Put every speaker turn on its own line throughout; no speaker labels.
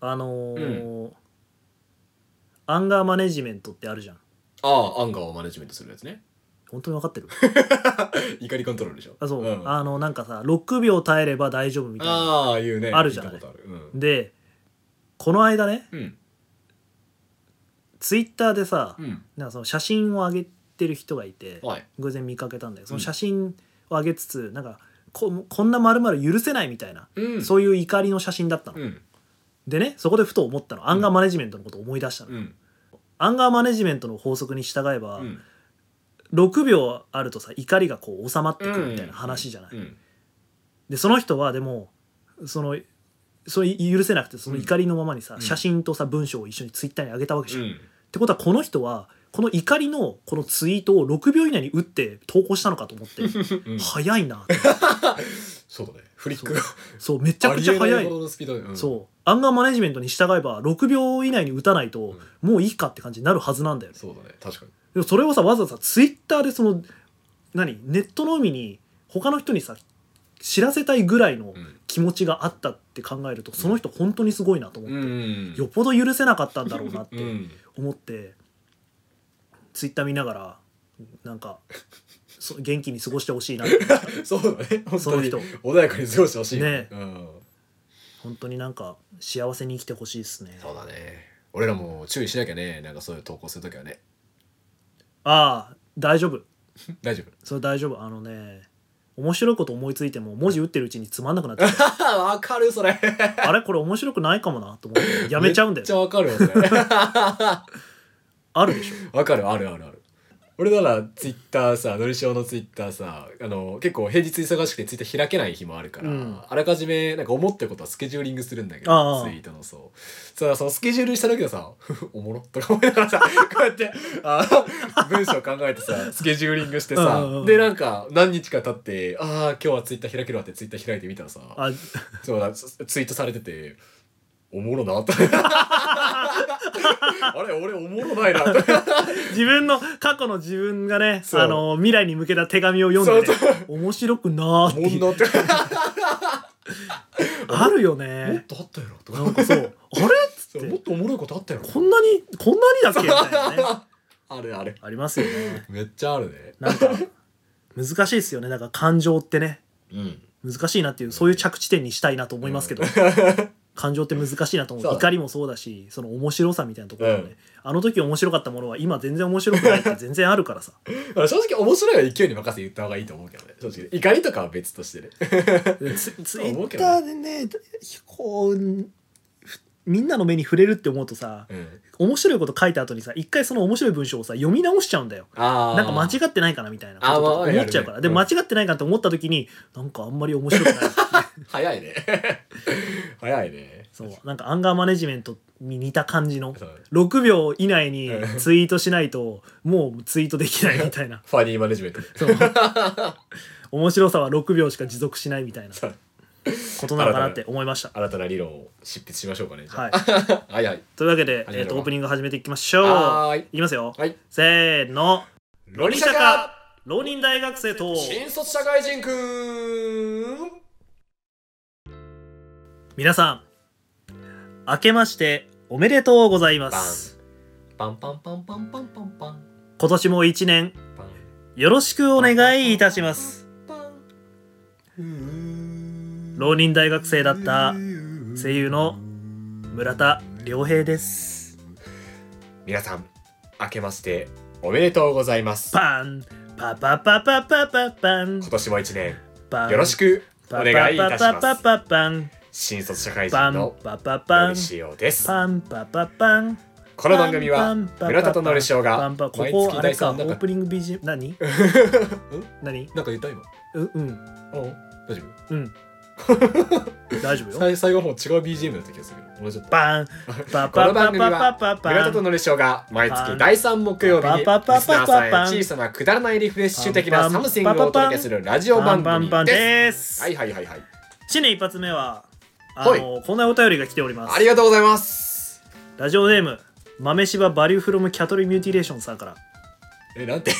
あのーアンガーマネジメントってあるじゃん
ああアンガーをマネジメントするやつね
本当に分かって る
怒りコントロールでしょ
あそう、
ん、あ
あのなんかさ6秒耐えれば大丈夫みたいな
あいうね
あるじゃない
聞いたことあるうん、
でこの間ね
うん
ツイッターでさ、
うん、
なんかその写真を上げてる人がいて
はい
偶然見かけたんだけどその写真を上げつつなんかここんなまるまる許せないみたいな、
うん
そういう怒りの写真だったの、
うん
でねそこでふと思ったのアンガーマネジメントのことを思い出したの、
うん
アンガーマネジメントの法則に従えば、
うん
6秒あるとさ怒りがこう収まってくるみたいな話じゃない、
うん
でその人はでもそのそれ許せなくてその怒りのままにさ、
うん
写真とさ文章を一緒にツイッターに上げたわけじ
う
ゃん、っ
ん
てことはこの人はこの怒りのこのツイートを6秒以内に打って投稿したのかと思って
うん
早いなって
そうだねフリックが
そうめちゃくちゃ
ありえ
早
ない
い
ほどのスピードで、うん、
そうアンガーマネジメントに従えば6秒以内に打たないと、もういいかって感じになるはずなんだよね
そうだね確かに
でもそれをさわざわざツイッターでその何ネットの海に他の人にさ知らせたいぐらいの
うん
気持ちがあったって考えるとその人本当にすごいなと思って、
うん
よっぽど許せなかったんだろうなっ
う
て
ん
思って、ツイッター見ながらなん かそ元気に過ごしてほしいなって
そうだね 本
その
当に
人
穏やかに過ごしてほしい
ね
うん
本当になんか幸せに生きてほしいですね
そうだね俺らも注意しなきゃねなんかそういう投稿するときはね
ああ大丈夫
大丈夫
それ大丈夫あのね面白いこと思いついても文字打ってるうちにつまんなくなっちゃう
あわかるそれ
あれこれ面白くないかもなと思ってやめちゃうんだ
めっち
よ、ね、
ゃわかるわそれ
あるで しょ
わかるあるあるある俺ならツイッターさのりしおのツイッターさあの結構平日忙しくてツイッター開けない日もあるから、
うん
あらかじめなんか思ったことはスケジューリングするんだけど
ああ
ツイートのそうさそのスケジュールした時はさ ふふ「おもろ」とか思いながらさ こうやってあ文章考えてさスケジューリングしてさ
うんうんうん
でなんか何日か経って「ああ今日はツイッター開けるわ」ってツイッター開いてみたらさ
あ
そうだツツイートされてておもろなって あれ俺おもろないなって
自分の過去の自分がね
そう
あの未来に向けた手紙を読んで、ね
そ、
面白くなーって
おもんなって
あるよ
もっ
ね
とあったやろとか
なんかそうあれっつっ
そうもってとおもろいことあったやろ
こんなにこんなにだっけみたいなね
あれあれ
ありますよね
めっちゃあるね
なんか難しいですよねだから感情ってね
うん
難しいなっていうそういう着地点にしたいなと思い ますけど、感情って難しいなと思
そう
う
だ
怒りもそうだしその面白さみたいなところもね、あの時面白かったものは今全然面白くないって全然あるからさ
正直面白いは勢いに任せて言った方がいいと思うけどね正直怒りとかは別としてね
ツツイ
思う
ッ
け
タ
どね
ーでねこうふみんなの目に触れるって思うとさ
うん
面白いこと書いた後にさ一回その面白い文章をさ読み直しちゃうんだよ
あ
なんか間違
っ
ってないかなみたいなこととか
あーまあや
思っ
るね
ちゃうから
うん
で間違ってないかなって思った時になんかあんまり面 白くない
早いね 早いね
そうなんかアンガーマネジメントに似た感じの
そう
6秒以内に
うん
ツイートしないともうツイートできないみたいな
ファニーマネジメント
そう面白さは6秒しか持続しないみたいな
そう
ことなのかなって思いました。
新たな理論を執筆しましょうかねじ
は
ゃあ
い、
はいはい
というわけで、
あり
え
が
ー、
と
と
う
オープニング始めていきましょう。
はーい
いきますよ。
はい
せーの。
ロ
リシャカ浪人大学生と
新卒社会人くん
皆さん明けましておめでとうございます。
パンパンパンパンパンパンパン
今年も一年
パン
よろしくお願いいたします。浪人大学生だった声優の村田良平です。
皆さん明けましておめでとうございます
パンパパパパパパパン
今年も一年
パン
よろしくお
パパ
願いいた
パ
し
パ
ます
パパパン
新卒社会
パ
人
ン
の
パパパン
のりしおです
パンパパパン
この番組は村田とのりしお
パ
が
ンパンこ
毎
こ
月
あれ
第
かオ
三なん
ー
か
プニング BGM 何何
なんか言った今
うんうん
うん大丈
うん大丈
夫
夫よ
さい最後の方違う BGM だった気がするもうちょっと
パンパパ
この
パ
番組
パ
は
パパ
村
パ
田と
ン
のりしおが毎月第三木曜日にリスナーさんへ小さなくだらないリフレッシュ的なサムシングをお届けするラジオ
パ
番
ンパンパン
組で
です
すはいはいはいはい
新年一発目はあのこんなお便りが来ております
ありがとうございます
ラジオネーム豆柴バリューフロムキャトルミューティレーションさんから
えなんて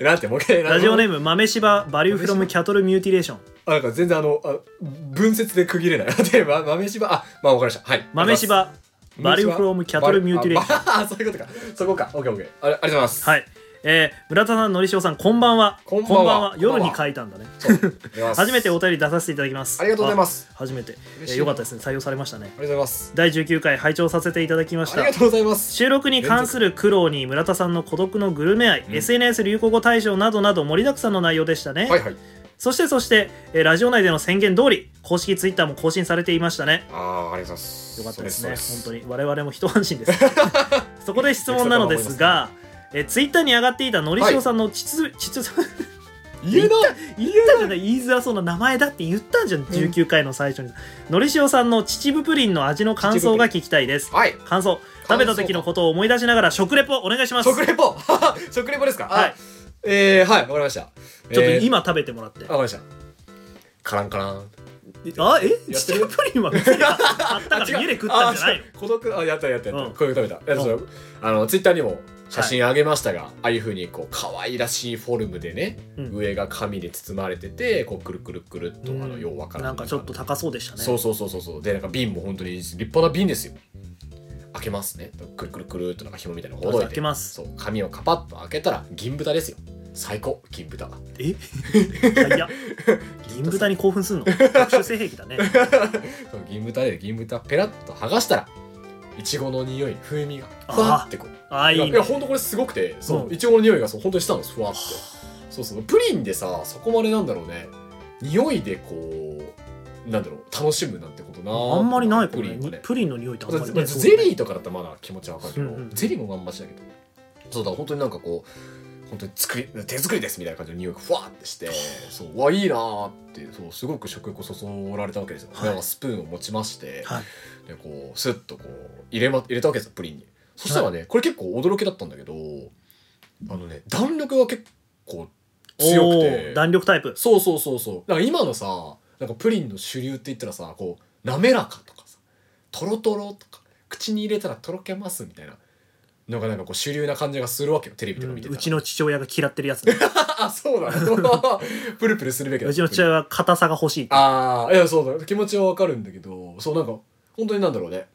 なんてもう一回
ラジオネ
ー
ーム豆柴バリューフロムキャトルミューティレーション
あなんか全然あのあ文節で区切れないで、ま、豆柴あまあわかりましたはい
豆柴バリューフロームキャトルミューティレーション
ョンあそういうことかそこかオッケーオッケーありありがとうございます
はいえー、村田さんのりしおさんこんばんは
こんばんは
夜に書いたんだね
そうありがとうございます
初めてお便り出させていただきます
ありがとうございます
あ初めて、え
嬉し
ー、
い
よかったですね採用されましたね
ありがとうございます
第19回拝聴させていただきまし
あり
た
がとうございます
収録に関する苦労に村田さんの孤独のグルメ愛、
うん
SNS 流行語大賞などなど盛りだくさんの内容でしたね、
はいはい
そしてそして、えーラジオ内での宣言通り公式ツイッターも更新されていましたね
ああありがとうございます
よかったですね本当
に
に我々も一安心です そこで質問なのですがえツイッターに上がっていたのりしおさんの秩序、秩序
言えな
言ったじゃない言いづらそうな名前だって言ったじゃん19回の最初に、のりしおさんの秩父プリンの味の感想が聞きたいです
はい
感想食べた時のことを思い出しながら食レポお願いします
食レポ 食レポですか
はい
あえー、はいわかりました
ちょっと
えー
今食べてもらって
あ、わかりました。カランカラン。
あえ
やっ
秩
てる
父プリンは店があったから家で食ったんじゃないの
あ違う孤独、あ、やったやったやった。
うん
こういうの食べた。えっと
う
あの、ツイッターにも写真あげましたが、ああいうふうに、こう、可愛らしいフォルムでね、
うん
上が紙で包まれてて、こう、くるくるくるっと、あ
う
の、
ん
ようわからん。
なんかちょっと高そうでしたね
そうそうそうそうそう。で、なんか瓶も本当に立派な瓶ですよ。開けますね。くるくるくるっとなんか紐みたいなのほどいて。
開けます
そう、紙をカパッと開けたら、銀豚ですよ。最高、銀豚。
え いや銀豚に興奮すんの特殊性癖だね
そう銀豚で銀豚ペラッと剥がしたらいちごの匂い風味が
あー
ふわってこう
ああい
いや
い
い
ね
やほんとこれすごくてそう、
うん
いちごの匂いがそう本当にしたんですふわってそうそうプリンでさそこまでなんだろうね匂いでこうなんだろう楽しむなんてことな
あんまりないか
プ
も
リンは
ね
ね
プリンの匂いってあんまり
ま
ね
あゼリーとかだったらまだ気持ちはわかるけど、
うんうん
ゼリーもまんましだけどそうだ本当になんかこう本当に作り手作りですみたいな感じの匂いがふわってしてそううわいいなーってそうすごく食欲をそそられたわけですよ、
はい
なんかスプーンを持ちまして、
はい
でこうスッとこう入れ,、ま、入れたわけですよプリンにそしたらね、これ結構驚きだったんだけどあのね弾力が結構強く
お
て
ー弾力タイプ
そうそうそうそうだから今のさなんかプリンの主流って言ったらさこう滑らかとかさとろとろとか口に入れたらとろけますみたいなのがなんかこう主流な感じがするわけよテレビと
う
か
ん
見てたら、
うちの父親が嫌ってるやつね
あそうだなプルプルするべき だ
うちの父親は硬さが欲しいって
ああいやそうだ気持ちはわかるんだけどそうなんか本当になんだろうね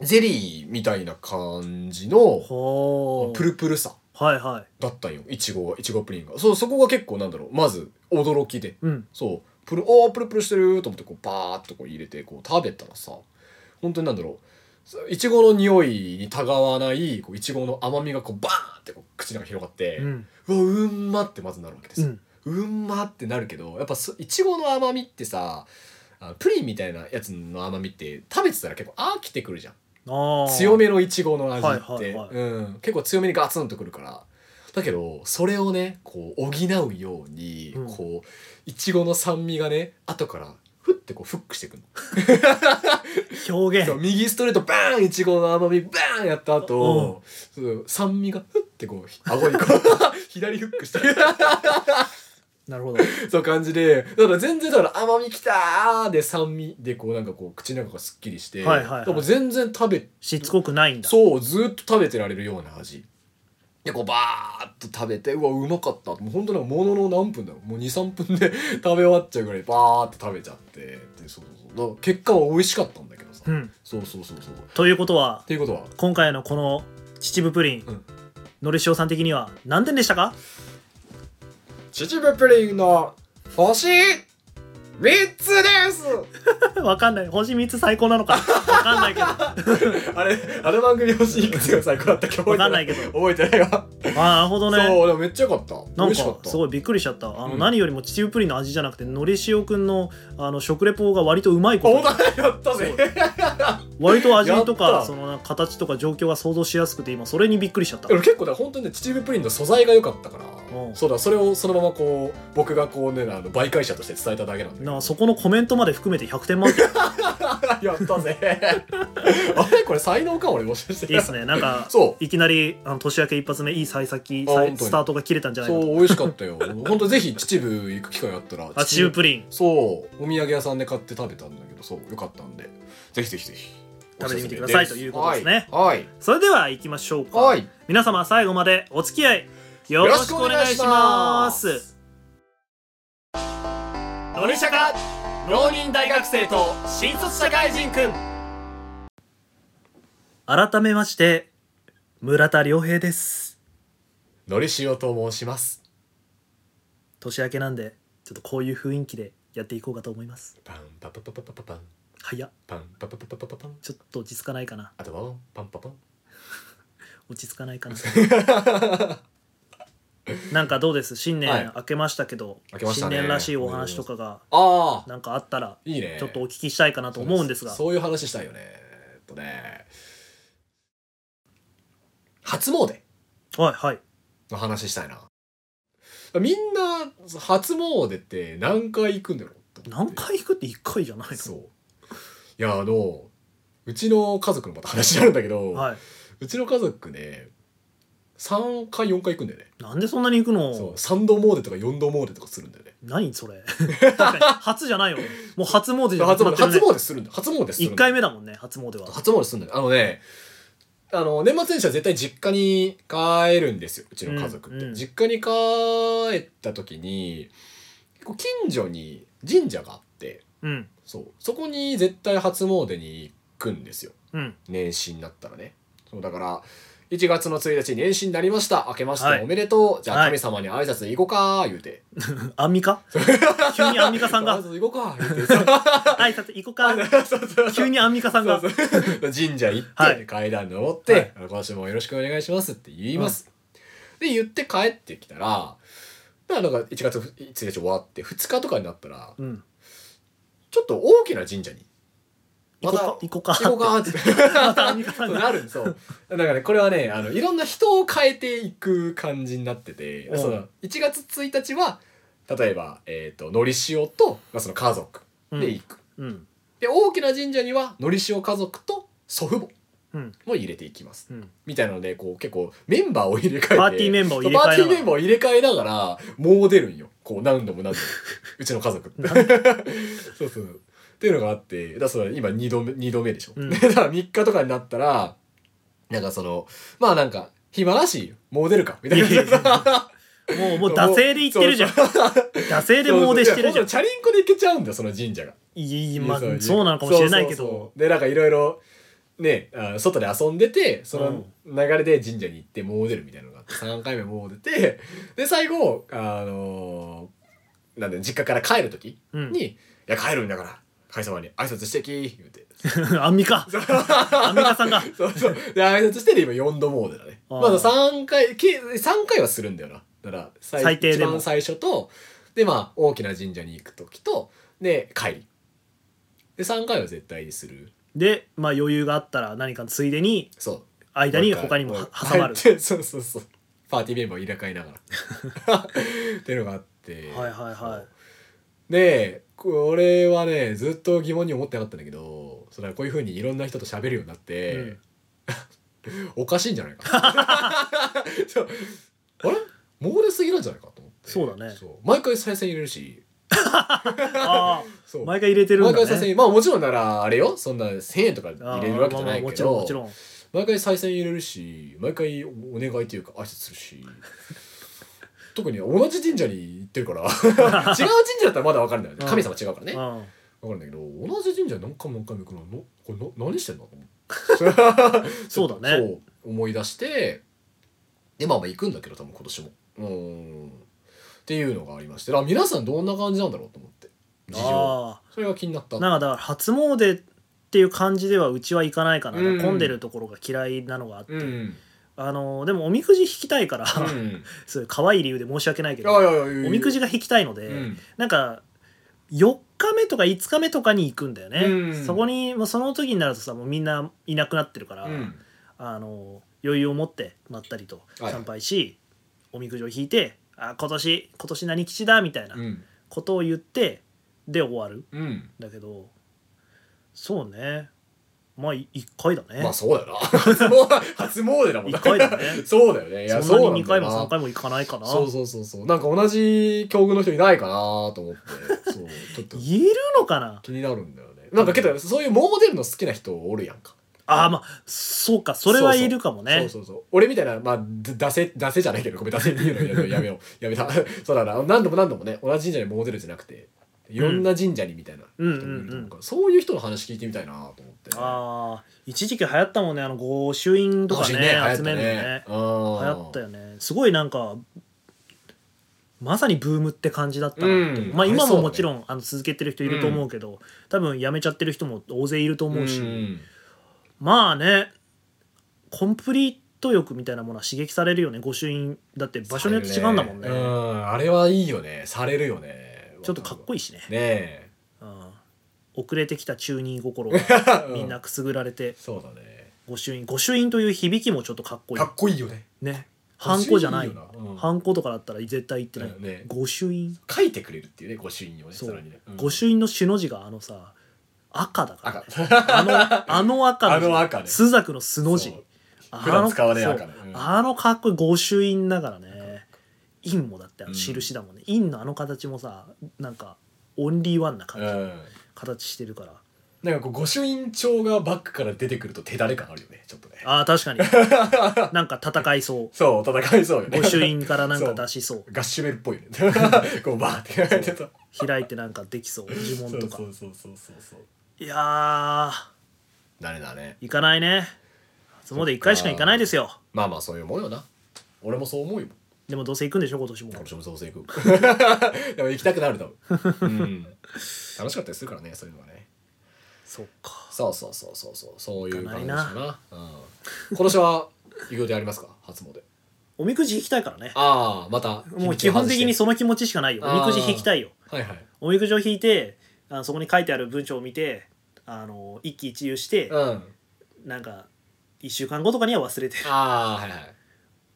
ゼリーみたいな感じの
ほー
プルプルさ
はいはい
だったんよいちごがいちごプリンがそうそこが結構なんだろうまず驚きで
うん
そうプルおープルプルしてると思ってこうバーッとこう入れてこう食べたらさ本当になんだろういちごの匂いにたがわないこういちごの甘みがこうバーンってこう口の中に広がって、
う
うんわうんまってまずなるわけです
う
よ、
ん
うんまってなるけどやっぱそいちごの甘みってさあプリンみたいなやつの甘みって食べてたら結構飽きてくるじゃん
ああ
強めのいちごの味っ
はい
て
はいはい
うん結構強めにガツンとくるからだけどそれをねこう補うように、
うん
こういちごの酸味がね後からふってこうフックしてくる
表現
そう右ストレートバーンいちごの甘みバーンやった後、そう酸味がふってこう顎にこう 左フックしてくる
なるほど
そう感じで、だから全然だから甘みきたーで酸味でこうなんかこう口の中がすっきりして、
はいはいはい
でも全然食べ、
しつこくないんだ
そう、ずっと食べてられるような味。で、こうバーッと食べて、うわ、うまかった。もう本当なんかものの何分だろう。もう2、3分で 食べ終わっちゃうぐらいバーッと食べちゃって、でそうそうそう。だから結果は美味しかったんだけどさ。
うん
そうそうそうそう。っ
ということは
ていうことは、
今回のこの秩父プリン、
うん
のりしおさん的には何点でしたか
秩父プリンの星3つです
わかんない。星3つ最高なのか。わかんないけ ど。わ
あれ、あの番組星いくつが最高だったっけ覚え
か
て
んな
ないい。
けど。
覚えてないわ。
ああ、なるほどね。
そう、でもめっちゃ良かった。美
なん
味しかっ
か
た。
すごいびっくりしちゃった。あの、
うん
何よりも秩父プリンの味じゃなくて、のりしおくんのあの食レポが割とうまいこ
お
と。
前やったぜ。
割と味と
やっ
か、
た
そのなんか形とか状況が想像しやすくて、今それにびっくりしちゃった
で。も結構だ、本当にね、秩父プリンの素材が良かったから
うん。
そうだ、それをそのままこう、僕がこうね、あの媒介者として伝えただけなんで。
なんかそこのコメントまで含めて100点満点
やったぜ。 あれ、これ才能か、俺もしかして。
いいっす ねなんか
そ
いきなりあの年明け一発目いい幸先さ
あ
い
本当に
スタートが切れたんじゃ
う。
ないか
そう、
と
美味しかったよ。本当ぜひ秩父行く機会あったら。
あ秩父プリン
そう、お土産屋さんで買って食べたんだけど、そう、良かったんで。ぜひぜひぜひ。
食べてみてくださいということですね
はい。
それでは行きましょうか、
はい。はい
皆様最後までお付き合いよろしくお願いします。のりしゃか浪人大学生と新卒社会人くん改めまして村田良平です
のりしおと申します
年明けなんでちょっとこういう雰囲気でやっていこうかと思います
パンパパパパパパパン
早っ
パンパパパパパパパン
ちょっと落ち着かないかな
あとはパンパパン
落ち着かないかな なんかどうです新
は
年
い
明けましたけど、
明けました
新
ね
年らしいお話とかが
ああ
なんかあったら
いいね
ちょっとお聞きしたいかなと思うんですが
そうそういう話したいよねえっとね初詣
はいはい
の話したいなみんな初詣って何回行くんだろうって思っ
何
て
回行くって1回じゃない
そういやあのうちの家族のまた話になるんだけど、
のはいう
ちの家族ね3回4回行くんだよね
なんでそんなに行く
そう
の
3度詣とか4度詣とかするんだよね
何そ れ確かに初じゃないよもう初詣じゃな
初
くな
詣
ってるね
初詣するんだ初詣するんだ
1回目だもんね初詣は
初詣するんだよあのねあの年末年始は絶対実家に帰るんですようちの家族って、
うんうん
実家に帰った時に結構近所に神社があって
うん
そうそこに絶対初詣に行くんですよ
うん
年始になったらねそうだから1月の1日に年始になりました明けまして
はい
おめでとう、じゃあ
はい
神様に挨拶行こうか言うて
アンミカ急にアンミカさん
挨
が
拶行こうか言うて
挨拶行こうか
そうそう
急にアンミカさんが
そう そう神社行って、
はい
階段登って、
はい
今年もよろしくお願いしますって言います。で、言って帰ってきたら、だからなんか1月1日終わって2日とかになったら、
うん
ちょっと大きな神社に。
行こうか行こうか
行こうかって
またアンミカさん
そう
が
なるんそうだからねこれはねあのいろんな人を変えていく感じになってて
うん
その1月1日は例えば、えー、とのりしおと、まあ、その家族で行く、
うん
で大きな神社にはのりしお家族と祖父母
うん
も入れていきます
うん
みたいなのでこう結構メンバーを入れ替えて
パーティーメンバーを入れ替えながら
パーティーメンバーを入れ替えながらもう出るんよこう何度も何度もうちの家族 って
なん
そうそうっていうのがあってだからそれ今2度目二度目でしょ、
うん
だから3日とかになったらなんかそのまあなんか暇だしもう出るかみたいな。
いやいやい もうもう惰性で言ってるじゃん
そうそう
惰性でもうでしてるじゃん
いやほんとチャリンコで行けちゃうんだよその神社が
いいまあ
いや
そうなのかもしれないけ
そうそう
ど
そうでなんかいろいろねあ外で遊んでてその流れで神社に行ってもう出るみたいなのがあって3回目もう出てで最後あのーなんで実家から帰る時
うん
に「いや帰るんだから神様に挨拶してき」言うて
アンミカアンミカさんが
そうそうで挨拶してで今4度もう出だね
あー
まだ3回計3回はするんだよなだから最
最低でも
一番最初とでまあ大きな神社に行く時とで帰りで3回は絶対にする
でまあ余裕があったら何かついでに
そう
間に他にも
もう
は
一回
挟まる
入って そうそうそうパーティーメンバーを入れ替えながら っていうのがあって
はいはいはい
でこれはねずっと疑問に思ってなかったんだけどそれはこういうふうにいろんな人と喋るようになって、
うん
おかしいんじゃないか そうあれ猛烈すぎなんじゃないかと思って
そうだね
う毎回再生入れるし
あ
そ
あ
う
毎回入れてるん
毎回
だ
再生
ね
入れまあもちろんならあれよそんな1,000円とか
あ
入
あ
れるわけ
まあ
じゃ
ま
な
あ
い
も
け
ちろ
ど
んもちろん
毎回再選入れるし毎回お願いというか挨拶するし 特に同じ神社に行ってるから 違う神社だったらまだ分かるんだよね
うん
神様違うからね
うん
分かるんだけど同じ神社に何回も何回も行くののこれな何してんだと思って
そうだね
そう思い出してでまあまあ行くんだけど多分今年もうーんっていうのがありましてあ皆さんどんな感じなんだろうと思って事情
あ
それが気になった
あなんかだから初詣っていう感じではうちは行かないかな、
うん
混んでるところが嫌いなのがあって、
うんうん
あのでもおみくじ引きたいから、
うん
そういう可愛い理由で申し訳ないけ
い
ど、
やいやいやいや
おみくじが引きたいので、
うん
なんか4日目とか5日目とかに行くんだよね、
うん
そこにもうその時になるとさもうみんないなくなってるから、
うん
あの余裕を持ってまったりと
はい
参拝し、おみくじを引いて「あ今年今年何吉だ」みたいな
うん
ことを言ってで終わる
うん
だけどそうねまあ1回だね、
まあそうだ よな。初詣初詣だもんな。
一回だね
そうだよ ね。いや
そんなに2回
うなんだ
も
よな
3回も行かないかな
そうそうそうそう。なんか同じ境遇の人いないかなと思って。そう。ちょっと
言えるのかな
気になるんだよね。なんかけどそういうモデルの好きな人おるやんか。
ああまあそうかそれはいるかもね
そうそうそう。俺みたいなまあだせだせ じ ゃないけどごめんだせっていうのやめようやめた。そうだな。何度も何度もね同じ神社にモデルじゃなくていろんな神社にみたいな人もいると思うから、
うんうん
そういう人の話聞いてみたいなと思って
ああ一時期流行ったもんねあの御朱印とかね集めるのね
流
流
行
行ったよねすごいなんかまさにブームって感じだったなって、
うん
まあ今
ありそうだ
も
ね
もちろん、あの続けてる人いると思うけど、多分やめちゃってる人も大勢いると思うし、
ん、
まあねコンプリート欲みたいなものは刺激されるよね御朱印だって場所によって違うんだもんね
うんあれはいいよねされるよね
ちょっとかっこいいしね、
ねえ
うん、遅れてきた中二心がみんなくすぐられて
そうだね
御朱印御朱印という響きもちょっとかっこいい
かっこいいよね
ねハンコじゃない
御朱印いいよなうん
ハンコとかだったら絶対言ってない、
うんね
御朱印
書いてくれるっていうね御朱印をね
そ
さ
う
らにね、
御朱印の朱の字があのさ赤だから、
赤
ね、あ のあの赤の字
あの赤ね
朱雀の素の字
そう
あの
普段使わねえ赤ね
そう
うん
あのかっこいい御朱印だからね印もだってあの印だもんね、印のあの形もさなんかオンリーワンな感
う
じ、
ん
形してるから
なんかこう御朱印帳がバッグから出てくると手だれ感あるよねちょっとね
あー確かに なんか戦いそう
そう戦いそうよね
御 朱印からなんか出しそう
ガッシュベルっぽいよね こうバーってやられてた
開いてなんかでき そう呪
そ
文
う
とか
そうそうそうそうそう
いやー
だねだね
行かないね初詣一回しか行かないですよ
まあまあそういうもんよな俺もそう思うよ
でもどうせ行くんでしょ今年も
俺もそうせ行く でも行きたくなる多分、うん、楽しかったりするからねそういうのはね
そっか
そうそうそうそうそうそういう感じ
行
か
か
なうん、今年は行く予定ありますか初詣
おみくじ引きたいからね
ああまた
もう基本的にその気持ちしかないよおみくじ引きたいよ
はいはい
おみくじを引いてあのそこに書いてある文章を見てあの一喜一憂して
うん
なんか1週間後とかには忘れてる
ああはいはい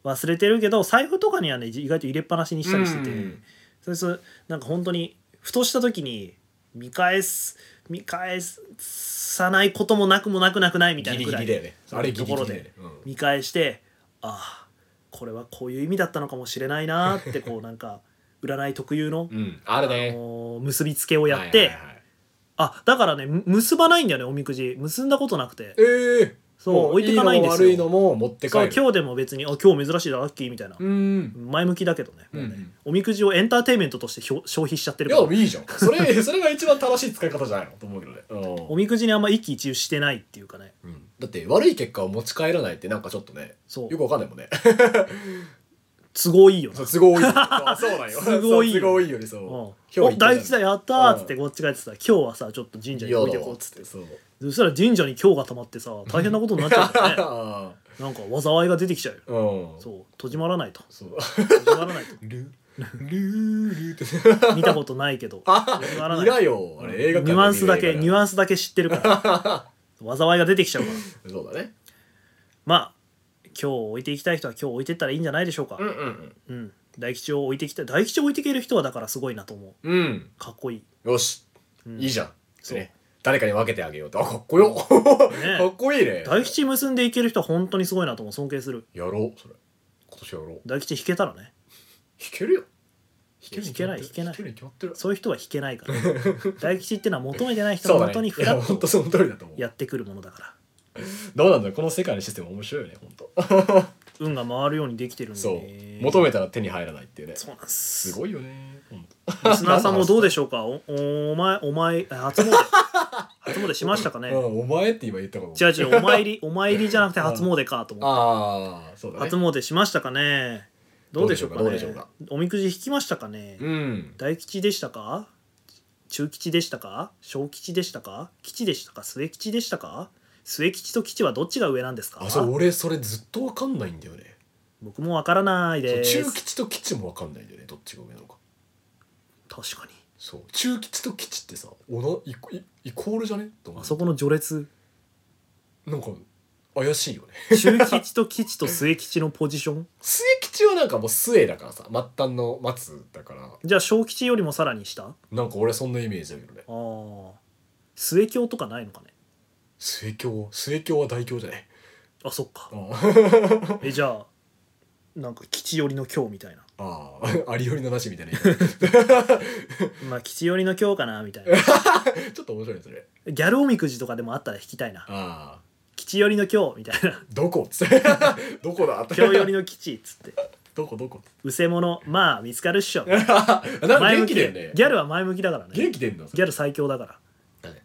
忘れてるけど財布とかにはね意外と入れっぱなしにしたりしてて、
うん
それそなんか本当にふとした時に見返す見返さないこともなくもなくなくないみた
ギ
いな
リギ
くらい
リだよねあれギリ
と
ギ
ころ
リだよ
で
ね、うん
見返してああこれはこういう意味だったのかもしれないなーってこうなんか占い特有の、
うん、ある
あ
ね
のー結びつけをやって、
はいはいはい
あだからねむ結ばないんだよねおみくじ結んだことなくて
ええー、
そう
も
置いてかないんですよ
いいのも悪いのも持って
そ
帰
う
る
今日でも別にあ今日珍しいだラッキーみたいな、
うん
前向きだけどねもうね、
うんうん
おみくじをエンターテインメントとしてひょ消費しちゃって
い
るか
や
ら
いいじゃんそれ それが一番正しい使い方じゃないのと思うけどね、うん
おみくじにあんま一喜一憂してないっていうかね
うんだって悪い結果を持ち帰らないってなんかちょっとね
そう
よくわかんないもんね
都合いいよな
そう都 合いいよそうそうなんよ
都合いいよ
そう都合いいよりそう
うんお
今日行った
大吉だやったーっつっ
う
て
ん
こっち帰ってさ今日はさちょっと神社に
嫌だ
置
わ
いてこうっつって
そう
そしたら神社に今日がたまって さ大変なことになっちゃうからね
あ
なんか災いが出てきちゃうよ
あ うん
そう閉じまらないと
そう
閉じまらない と
ルルルって
見たことないけど閉じまらな
見
い
らよあれ映画館
ニュアンスだけニュ
アン
アンスだけ知ってるから 災いが出てきちゃうから
スそうだね
まあ今日置いていきたい人は今日置いてったらいいんじゃないでしょうか
うんうん
うん大吉を置いてきたい大吉を置いていける人はだからすごいなと思う
うん
かっこいい
よしいいじゃん
そう
ね誰かに分けてあげようとあかっこよ かっこいいね
大吉結んでいける人は本当にすごいなと思う尊敬する
やろうそれ今年やろう
大吉引けたらね
弾けるよ
いや弾けない弾けない
弾けるに決まってる
そういう人は引けない から大吉ってのは求めてない人
そう
の
だ
もとに
ね
フ
いや
ラ
本
ッ
当
と
その通りだと思う
やってくるものだから
どうなんだろうこの世界のシステム面白いよね本当
運が回るようにできてるんで
そう
ね
求めたら手に入らないっていうね
そうなんですす
ごいよね本
リスナーさんもどうでしょうかおお前お前え初 詣初詣しましたか
当
ね
うんお前って今言ったかも
違う違うお参りお参りじゃなくて初詣かと思って
ああそうだね
初詣しましたかねどうでしょうかね
どうでしょうか
おみくじ引きましたかね、
うん
大吉でしたか中吉でしたか小吉でしたか吉でしたか末吉でしたか末吉と吉はどっちが上なんですか
あそう俺それずっとわかんないんだよね
僕もわからない
そう
です
中吉と吉もわかんないんだよねどっちが上なのか
確かに
そう中吉と吉ってさおなイコイイコールじゃねと思
あ
う
そこの序列
なんか怪しいよね
中吉と吉と末吉のポジション
末吉はなんかもう末だからさ末端の末だから
じゃあ小吉よりもさらに下あ
なんか俺そんなイメージだけどね
あー末教とかないのかね
末教末教は大教じゃない
あそっ か
あ
えじゃあなんか吉寄りの教みたいな
あ ーありよりのなしみたいな 言い方
まあ吉寄りの教かなみたいな
ちょっと面白いねそれ
ギャルおみくじとかでもあったら引きたいな
ああ
吉寄りの教みたいな
どこっつってどこだって
教寄りの吉っつって
どこど こ
うせ者まあ見つかるっしょ
なんか 元気だよね
ギャルは前向きだからねギ
元気出んだ
ャル最強だか
だね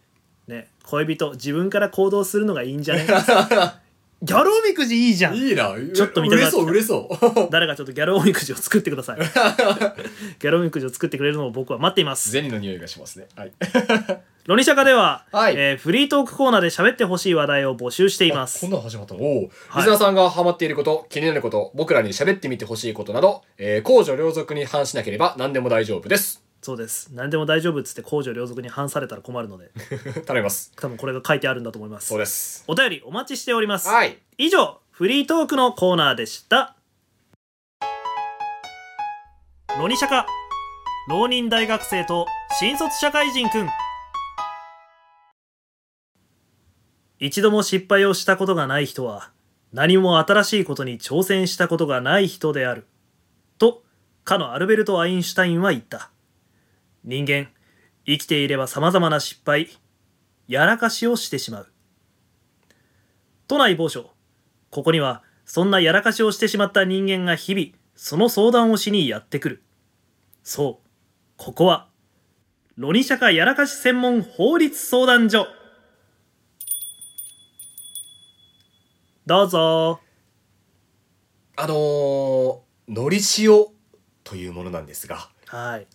らね恋人自分から行動するのがいいんじゃ ねギャルおみくじいいじゃん
いいな
ちょっと見た
売
くな
れ
ってき
そ
た
う売れ そう
誰かちょっとギャルおみくじを作ってくだ さいギャルおみくじを作ってくれるのを僕は待っています
銭の匂いがしますねはい
ロニシャカでは、
はい
えーフリートークコーナーで喋ってほしい話題を募集していま
こ
す
んなの始まったのおお、
はい
リスナーさんがハマっていること気になること僕らに喋ってみてほしいことなど、えー、公序良俗に反しなければ何でも大丈夫です
そうです何でも大丈夫っつって公序良俗に反されたら困るので
頼みます
多分これが書いてあるんだと思います
そうです
お便りお待ちしております、
はい
以上フリートークのコーナーでしたロニシャカ浪人大学生と新卒社会人くん一度も失敗をしたことがない人は何も新しいことに挑戦したことがない人であるとかのアルベルト・アインシュタインは言った人間生きていれば様々な失敗やらかしをしてしまう都内某所ここにはそんなやらかしをしてしまった人間が日々その相談をしにやってくるそうここはロニシャカやらかし専門法律相談所どうぞ
あのー、のりしおというものなんですが
はい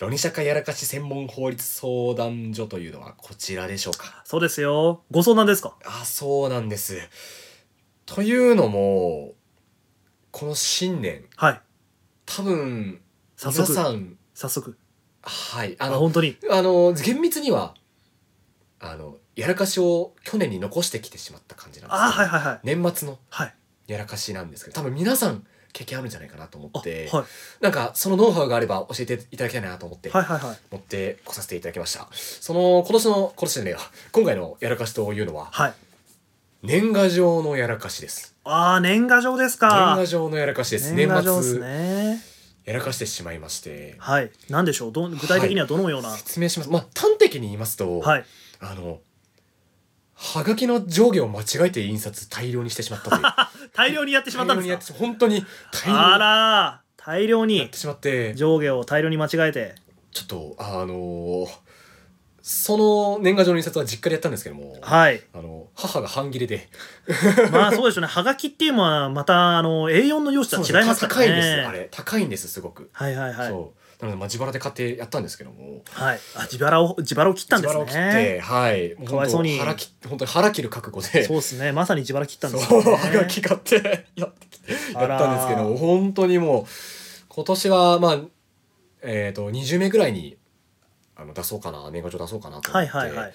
ロニシャカやらかし専門法律相談所というのはこちらでしょうか
そうですよご相談ですか
あそうなんですというのもこの新年
はい
多分
早
皆
速
さん
早速
はいあ
あ
の
本当に
あの厳密にはあのやらかしを去年に残してきてしまった感じなんです
あ
けど
はいはいはい
年末の
はい
やらかしなんですけど多分皆さん経験あるんじゃないかなと思
あ
っ
はい
て、なんかそのノウハウがあれば教えていただきたいなと思って
はいはいはい
持ってこさせていただきましたその今年の今年じゃねえや今回のやらかしというのは
はい
年賀状のやらかしです
ああ年賀状です
年
か
賀状のやらかしです
年
年
賀状です
末
ね
やらかしてしまいまして
はい何でしょうどん具体的にはどのようなはい、
説明しますまあ端的に言いますと、あの、はがきの上下を間違えて印刷大量にしてしまったという。
大量にやって しまったん
大量
で
に
すか
やってしま本当に大
あ
量
らー大量
にやっ
に
てしまって、ちょ
上下を大量に間違えて
っと、あのーその年賀状の印刷は実家でやったんですけども、
はい
あの、母が半切れで、
まあそうでしょうねはがきっていうのはまたあの A4 の用紙とは違いますからね
高いんですよ、あれ。高いんです、すごく。
はいはいはい
そう。なので、まあ、自腹で買ってやったんですけども、
はいあ自腹を自腹を切ったんです
自腹を切っ
ね
て、はい。も
かわいそうに
本当腹切って本当に腹切る覚悟で、
そうですねまさに自腹切ったんです
そう、
よ、ね、
はがき買って やってきて
あ
やっ
ら
たんですけど、本当にもう、今年は、まあ、えっ、と、20名ぐらいに、あの、出そうかな、年賀状出そうかなと思
は
っ
いはいは
て
い、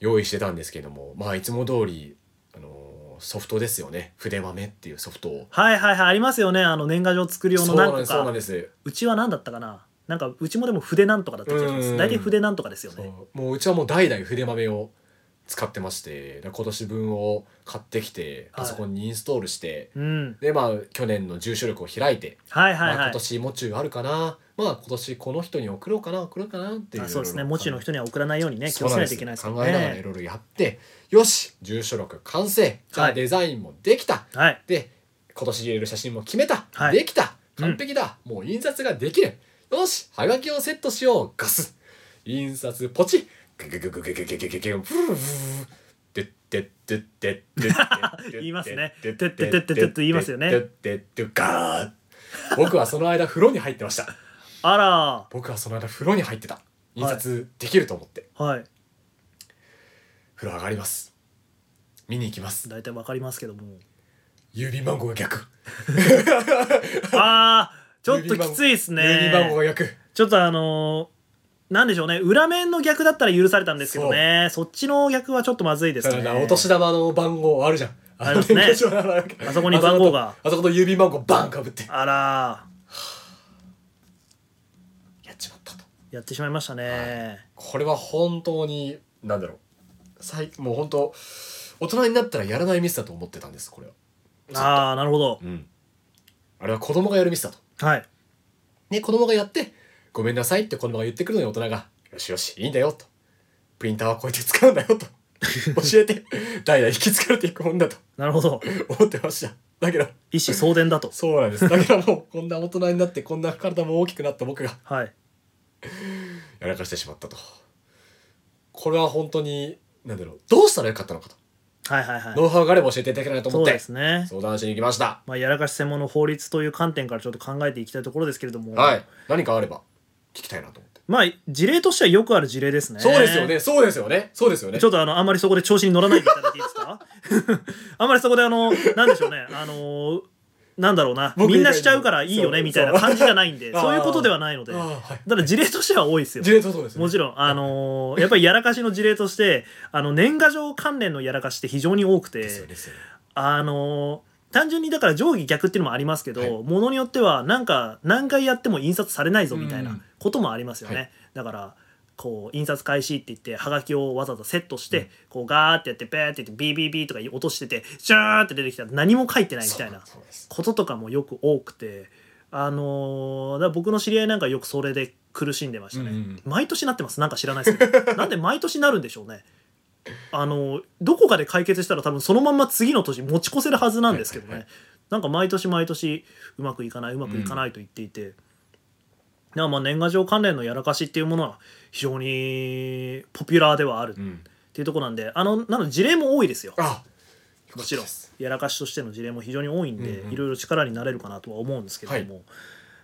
用意してたんですけども、まあ、いつも通り、あの、ソフトですよね。筆豆っていうソフトを。
はいはいはいありますよねあの年賀状作る用
そ
の
う
何
なん
個
です、そうなん
か
です。
うちは何だったかななんかうちもでも筆なんとかだった気がしま
う
す
ん
大体筆なんとかですよ
そ
ね
うもう、うちはもう代々筆豆を使ってまして、だから今年分を買ってきて、パソコンにインストールして、
うん
で、まあ、去年の住所力を開いて、
はいはい
まあ、
は
今
い
年もちゅうあるかなまあ今年この人に送ろうかな送ろうかなっていう
あそうですねもちの人には送らないようにね気
そ
を
う
つけ
ん
な
で
いと
す
いけないですから
考えながらい
ね
ろいろやってよし住所録完成じゃ
は
あ
い
デザインもできた、
はい
で今年入れる写真も決めた、
はい
できた完璧だ、もう印刷ができるよしはがきをセットしようガス印刷ポチグググググググググググブルブルでってってってってって
言いますねてってってってって言いますよね
てってってガー僕はその間風呂に入ってました
あ
僕はその間風呂に入ってた印刷できると思って
らはい
風呂上がります見に行きます
大体わかりますけども
郵便番号が逆
あーちょっときついです
郵便番号
ね
が逆
ちょっとあのーなんでしょうね裏面の逆だったら許されたんですけどねそっちの逆はちょっとまずいです
だ
ね
からお年玉の番号あるじゃん。
ありますね
の年賀状のあの
あそこに番号が
あそことあそこと郵便番号バンかぶって。
あら
やっちまったと。
ーやってしまいましたね
これは本当に、なんだろう。最もう本当、大人になったらやらないミスだと思ってたんです、これは。
ああーなるほど
うん。あれは子供がやるミスだと。
はい
ね、子供がやって、ごめんなさいって子供が言ってくるのに大人が、よしよし、いいんだよと。プリンターはこうやって 使うんだよと。教えて、代々引き継がれていくもんだと
なるほど
思ってました。だけど
一子相伝だと。
そうなんですだけどもうこんな大人になってこんな体も大きくなった僕が
はい。
やらかしてしまったとこれは本当になんだろうどうしたらよかったのかと、
はいはいはい。
ノウハウがあれば教えていただけないと
そ
思っ
う
て
ですね。
相談しに行きました
まあ、やらかし専門の法律という観点からちょっと考えていきたいところですけれども、
はい何かあれば聞きたいなと思って、
まあ、事例としてはよくある事例ですね。
そうですよねそうですよねそうですよね
ちょっとあの、あんまりそこで調子に乗らないでいただいていいですか あんまりそこであの、なんでしょうね、あの、なんだろうな、
僕以外にも
みんなしちゃうからいいよねみたいな感じじゃない んで、
そう
そういうことではないので、
あ
た
あはい
だから事例としては多いですよ
事。例とそうですよね
もちろん、あのやっぱりやらかしの事例として、あの、年賀状関連のやらかしって非常に多くて
です、よねですよね
あの単純にだから定規逆っていうのもありますけど、
はい
ものによってはなんか何回やっても印刷されないぞみたい
うん
なこともありますよね、
はい
だからこう印刷開始って言ってはがきをわざわざセットして、こうガーってやってペーってやってビービービーとか落としててジャーって出てきたら何も書いてないみたいな
そうなんです
こととかもよく多くてあのーだから僕の知り合いなんかよくそれで苦しんでましたね、
うんうん
毎年なってますなんか知らないですけ どなんで毎年なるんでしょうねあのーどこかで解決したら多分そのまんま次の年持ち越せるはずなんですけどね、
はいはい
なんか毎年毎年うまくいかないうまくいかないと言っていて、なんかまあ年賀状関連のやらかしっていうものは非常にポピュラーではあるっ
うん
ていうところなんであのなので事例も多いですよ
あ
もちろん
です
やらかしとしての事例も非常に多いんで、
うんうん
いろいろ力になれるかなとは思うんですけれども、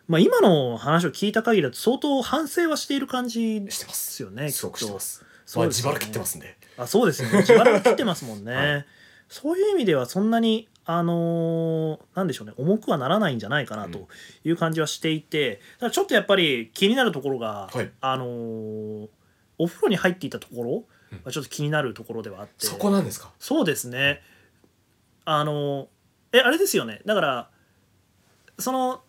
まあ、今の話を聞いた限りだと相当反省はしている感じで
してます
すよね
すごくしてます
そ
まあ
うです
自
よね
腹切ってますんで
あそうですよ ね自腹が切ってますもんね、
は
そういう意味ではそんなにあのーなんでしょうね重くはならないんじゃないかなという感じはしていて、ただちょっとやっぱり気になるところが、
はい
あのーお風呂に入っていたところはちょっと気になるところではあって、
そこなんですか
そうですねあのえあれですよねだからその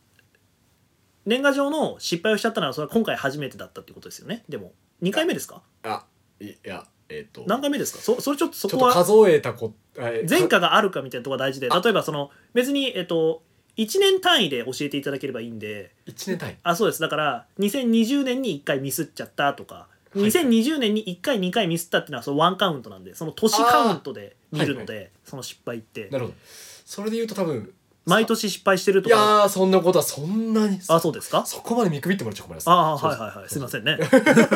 年賀状の失敗をしちゃったのはそれは今回初めてだったっていうことですよねでも2回目ですか
あいいやえっと
何回目ですかそそれちょっとそ
ちょ
こ
っと
は
数えたこえ
前
か
科があるかみたいなところが大事で
あ
例えばその別にえっと1年単位で教えていただければいいんで
一年単位
あそうですだから2020年に1回ミスっちゃったとか
いはい
2020年に1回2回ミスったっていうのはそのワンカウントなんでその年カウントで見るので、その失敗って
なるほどそれで言うと多分
毎年失敗してる
い
とか。
やーそんなことはそんなに
あ、そうですか。
そこまで見くびってもらっちゃ困ります
ああー、
そう
は
で
い
す
はいはい。すみませんね。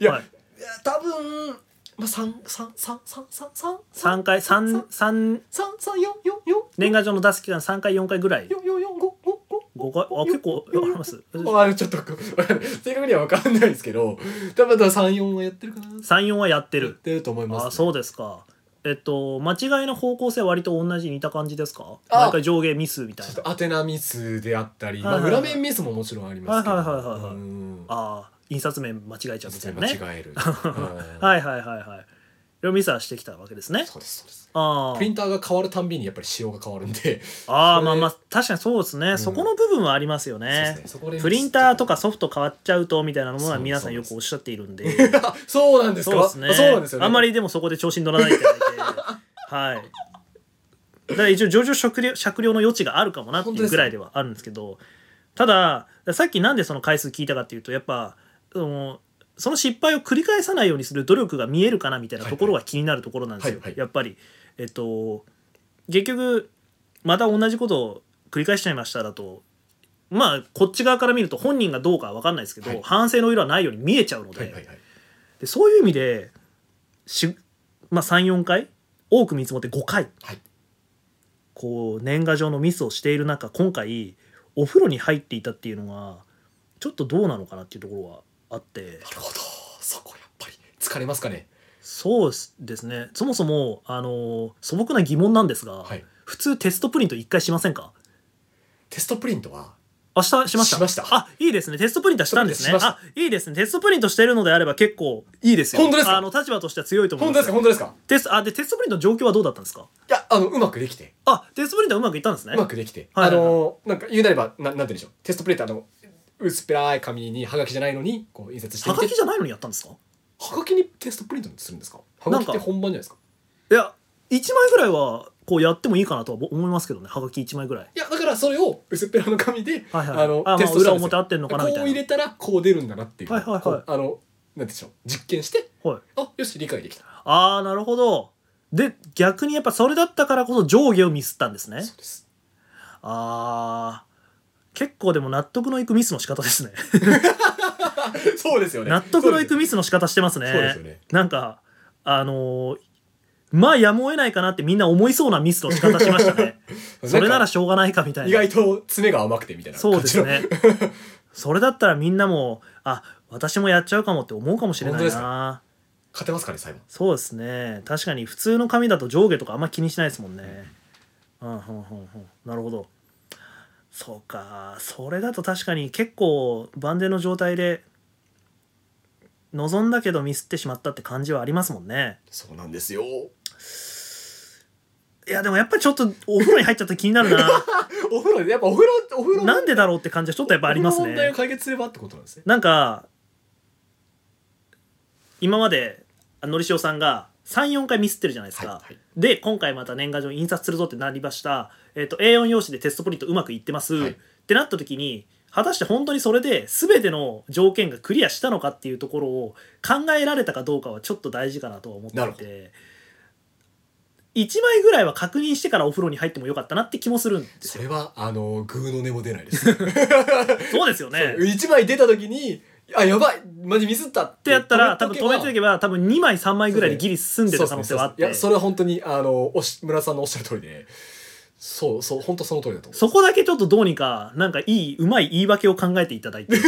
いや
はい
いや多分まあ三三三三三三
三回、三、三。
三三四四四
年賀状の出す期間三回、四回ぐらい。
四四四五五五
五回、あ、結構、あります。
まあちょっとわかんない 正確には分かんないですけど多分34はやってるかなや
三、四はやって
っ
る。
てると思います、
あ、そううですか。えっと、間違いの方向性は割と同じ似た感じですか。
あ
毎回上下ミスみたい
ちょっ
な。
とアテナミスであったり、
はいはい
まあ、裏面ミスももちろんありますけど、
はいはいはいはいはい
うん
ああ、印刷名間違えちゃうみたいな
間
ね。
違える、は
はいはいはいはい。いろいろミスはしてきたわけですね。
そうですそうです
ああ
プリ。ンターが変わるたんびにやっぱり仕様が変わるんで
ああ、
それ
まあまあ、確かにそうですね。
ん
そこの部分はありますよ
そうで
ね
す。ねそこで
プリンターとかソフト変わっちゃうとみたいなものは皆さんよくおっしゃっているんで。
あ そうなんです
そうで
か
す
あ
ね。
そうなんですよね
あんまりでもそこで調子に乗らないでいただいて。はい。だから一応上場酌量酌量の余地があるかもなっていうぐらいではあるんですけど、ただ、さっきなんでその回数聞いたかっていうと、やっぱ、そのその失敗を繰り返さないようにする努力が見えるかなみたいなところは気になるところなんですよ。
はいはい
やっぱり。えっと、結局、また同じことを繰り返しちゃいましただと、まあ、こっち側から見ると本人がどうかは分かんないですけど、
はい
反省の色はないように見えちゃうので、
はいはいはい
でそういう意味で、しまあ、34回多く見積もって5回
はい
こう年賀状のミスをしている中今回お風呂に入っていたっていうのはちょっとどうなのかなっていうところはあって
なるほどそこやっぱり疲れますかね
そうですねそもそもあの素朴な疑問なんですが、
はい
普通テストプリント1回しませんか
テストプリントは
明日しました
しました
あいいですねテストプリントしたんですね
しました
あいいですねテストプリントしてるのであれば結構いいですよ
本当ですか
あの立場としては強いと思い
本
ま
当ですすか本当ですか
テスあでテストプリントの状況はどうだったんですか
いやあのうまくできて
あテストプリントはうまくいったんですね
うまくできて、
はいはいはい
あのなんか言うなればななんて言うんでしょうテストプリンターの薄っぺらい紙にハガキじゃないのにこう印刷して
は
み
が
て
きじゃないのにやったんですか
ハガキにテストプリントするんですかハガキって本番じゃないですか
いや1枚ぐらいはこうやってもいいかなとは思いますけどねはがき1枚ぐらい
いやだからそれを薄っぺらの紙で、
はいはい
あの
あまあ
テストしたんですよ
裏表合ってんのかなみたいな
こう入れたらこう出るんだなっていう、
はいはいはい
こうあのなんて言うんでしょう実験して
はい
あよし理解できた
ああなるほどで逆にやっぱそれだったからこそ上下をミスったんですね
そうです
あー結構でも納得のいくミスの仕方 ですね
そうですよね
納得のいくミスの仕方してますね
そうですよね
なんかあのーまあやむを得ないかなってみんな思いそうなミスの仕方しました ねそれならしょうがないかみたいな
意外と爪が甘くてみたいな感じ
そう
の
ですねそれだったらみんなもあ私もやっちゃうかもって思うかもしれな
本当
い
です
な
勝てますかね裁判
そうですね確かに普通の紙だと上下とかあんま気にしないですもんねうんうんうんうんなるほどそうかそれだと確かに結構万全の状態で望んだけどミスってしまったって感じはありますもんね
そうなんですよ
いやでもやっぱりちょっとお風呂に入っちゃって気になる な
お風呂でやっぱお風呂お風呂
なんでだろうって感じはちょっとやっぱあります
お風呂の問題
ね
を解決すればってことなんですね
なんか今まであのりしおさんが34回ミスってるじゃないですか、
い
で今回また年賀状印刷するぞってなりました、えっと A4 用紙でテストプリントうまくいってます、
はい
ってなった時に果たして本当にそれで全ての条件がクリアしたのかっていうところを考えられたかどうかはちょっと大事かなとは思って
ないるほ
て1枚ぐらいは確認してからお風呂に入ってもよかったなって気もするんです
そ
よ。
れはあのグーの音も出な いです、
そうですよね
そう 一枚出た時にあやばいマジミスったっ
ってやったら多分止めておけば多分2枚3枚ぐらいでギリ進んで
そ
る
うす
可
ね
能性はあっ
そう
て
ですいやそれは本当にあのおし村さんのおっしゃる通りでそうそう本当その通りだと思
そこだけちょっとどうにかなんかいいうまい言い訳を考えていただいて
う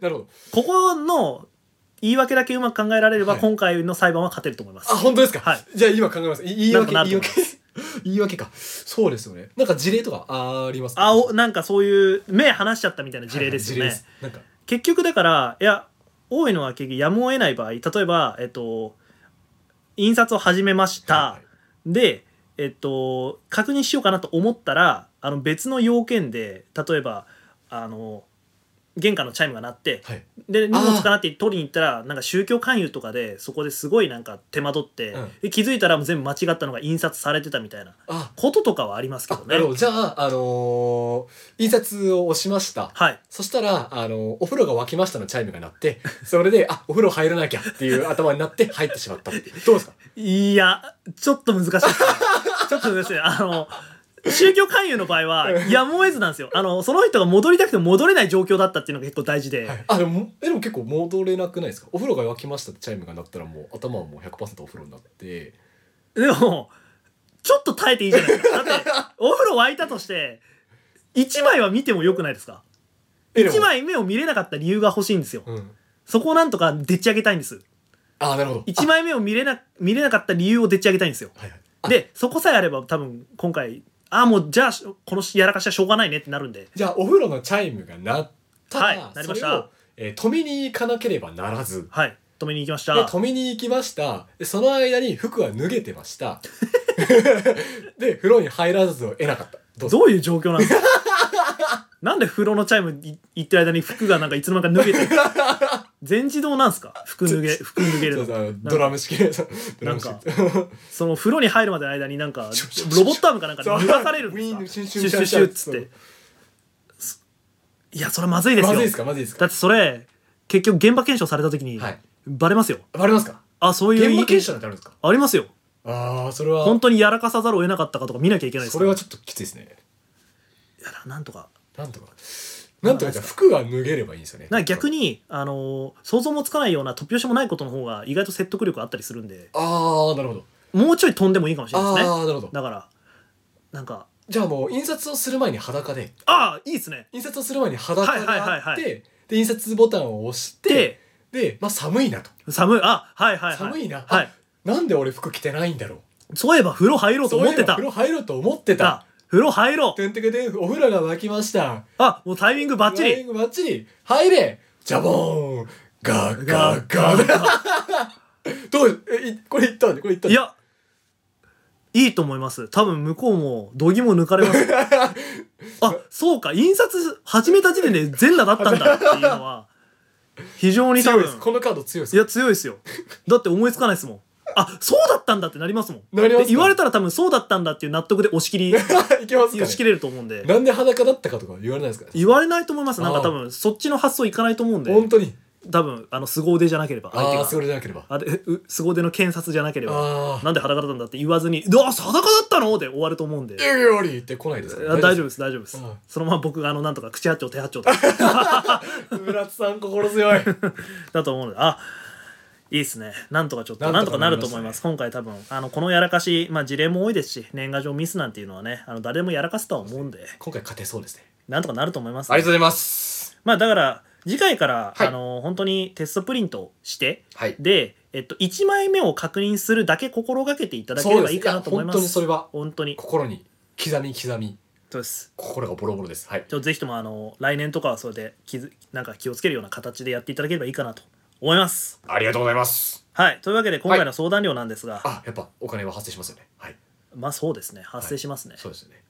なるほど
ここの言い訳だけうまく考えられれば、
はい
今回の裁判は勝てると思います
あ。本当ですか、
はい
じゃあ今考えますい言い訳
なん
言い
と
訳
か
言い訳か そうですよねなんか事例とかありますか
あおなんかそういう目離しちゃったみたいな事例ですよね。
はいはい事例ですなんか
結局だからいや多いのは結局やむを得ない場合例えば、えっと、印刷を始めました、
はい
で、えっと、確認しようかなと思ったらあの別の要件で例えばあの玄関のチャイムが鳴って、
はい
で荷物かなって取りに行ったらなんか宗教勧誘とかでそこですごいなんか手間取って、
うん
で気づいたらもう全部間違ったのが印刷されてたみたいな
あ
こととかはありますけ
あ
ど
な
ね
るほ。どじゃああのー印刷を押しました
はい、
そしたら、あの、お風呂が沸きましたのチャイムが鳴って、それで、あ、お風呂入らなきゃっていう頭になって入ってしまったっていう。どうですか
いやちょっと難しい ですねちょっと難しいあの宗教勧誘の場合はやむを得ずなんですよあのその人が戻りたくても戻れない状況だったっていうのが結構大事で、
あ、でも、えでも結構戻れなくないですかお風呂が沸きましたってチャイムが鳴ったらもう頭はもう100%お風呂になって。
でもちょっと耐えていいじゃないですか だってお風呂沸いたとして1枚は見てもよくないですか
えでも
1枚目を見れなかった理由が欲しいんですよ
うん。
そこをなんとかでっち上げたいんです
あ、なるほど。
1枚目を見れな見れなかった理由をでっち上げたいんですよ
はいはい。あ
でそこさえあれば多分今回ああもうじゃあこのやらかしはしょうがないねってなるんで
じゃあ、お風呂のチャイムが鳴ったら、
はい鳴りました
それを、えー止めに行かなければならず。
はい止めに行きまし
で、
た
止めに行きました。で、その間に服は脱げて ました。で、風呂に入らずを得なかった。どうぞ
どういう状況なんですかなんで風呂のチャイムい行ってる間に服がなんかいつの間にか脱げてる全自動なんですか服脱げ服脱げる
そ
の
うそうあのドラム式 でそうドラム式
なんその風呂に入るまでの間になんか
シュッシュッシ
ロ
ュッシュ
ボットアームかなんかで
そう
脱がされるん
ウィーン
で
の
す
シ
か
ュッ
シ
シ
ュ
ュ
ッシ
ッシ
ュ
ュ
ッ
ッ
シ
シ
ュッつっ
ュッ
てすいやそれはまずいです
ま
よ
ずいですかまずいです
だ
か
ってそれ結局現場検証された時に
はい
バレますよ、
バレますか
あそういう
現場検証なんてあるんですか
ありますよ
ああそれは
本当にやらかさざるを得なかったかとか見なきゃいけないです
そ
か
れ
ら
はちょっときついですね
いやなんとか
なんとかなんとかじゃあ服が脱げればいいんですよね
なんか逆に、あのー想像もつかないような突拍子もないことの方が意外と説得力あったりするんで
ああなるほど
もうちょい飛んでもいいかもしれないですね
ああなるほど
だからなんか
じゃあもう印刷をする前に裸で
ああいいですね
印刷をする前に裸で
はいはい
あ
は
っ
いは
てで印刷ボタンを押して
で
でまあ寒いなと
寒いあはいはいはい
寒いな
は
あ
い
なんで俺服着てないんだろ
そういえば風呂入ろ
う
うと思ってた
そういえば風呂入ろうと思ってた
あ風呂入ろう
てんてけてんお風呂が沸きました
あもうタイミングバッチ
ライ
リ
ンバッチリ入れジャボーンガーガーガー どうえいこれいったねこれいった
い
ね
やいいと思います多分向こうも度肝抜かれ ますよあそうか印刷始めた時点で全裸だったんだっていうのは非常に多
強いで
分
すこのカード強いで
い
す
や強いですよだって思いつかないですもんあそうだったんだってなりますもん
なります
で言われたら多分そうだったんだっていう納得で押し切り 押
いけますか、ね
し切、れると思うんで
なんで裸だったかとか言われないですか
言われないと思いますなんか
ああ
多分そっちの発想いかないと思うんで
本当に
多分あの凄腕じゃなければ相手
ああ
が
ーそれじゃなければ
あれう凄腕の検察じゃなければ
ああ
なんで裸だったんだって言わずに「うわ裸だったの?」で終わると思うんで
「エリオリ!」って来ないですから
あ大丈夫です大丈夫です
うん
そのまま僕があのなんとか口八丁手八丁とか
夫村津さん心強い
だと思うのであいいですねなんとかちょっとな
なんん
とか
とか
な
な
る
り
と
ましたね
思います今回多分あのこのやらかし、まあ、事例も多いですし年賀状ミスなんていうのはねあの誰でもやらかすとは思うんで
今回勝てそうですね
なんとかなると思います、
ありがとうございます
まあだから次回から、
はい
あの本当にテストプリントして
はい
で、えっと、1枚目を確認するだけ心がけていただければいいかなと思います
そうですいや本
本当に
心に刻み刻み
そうです
心がボロボロですはい
ちょぜひともあの来年とかはそれで気づなんか気をつけるような形でやっていただければいいかなと思います
ありがとうございます
はいというわけで今回の相談料なんですが、
あやっぱお金は発生しますよねはい
まあそうですね発生しますね、
そうですよね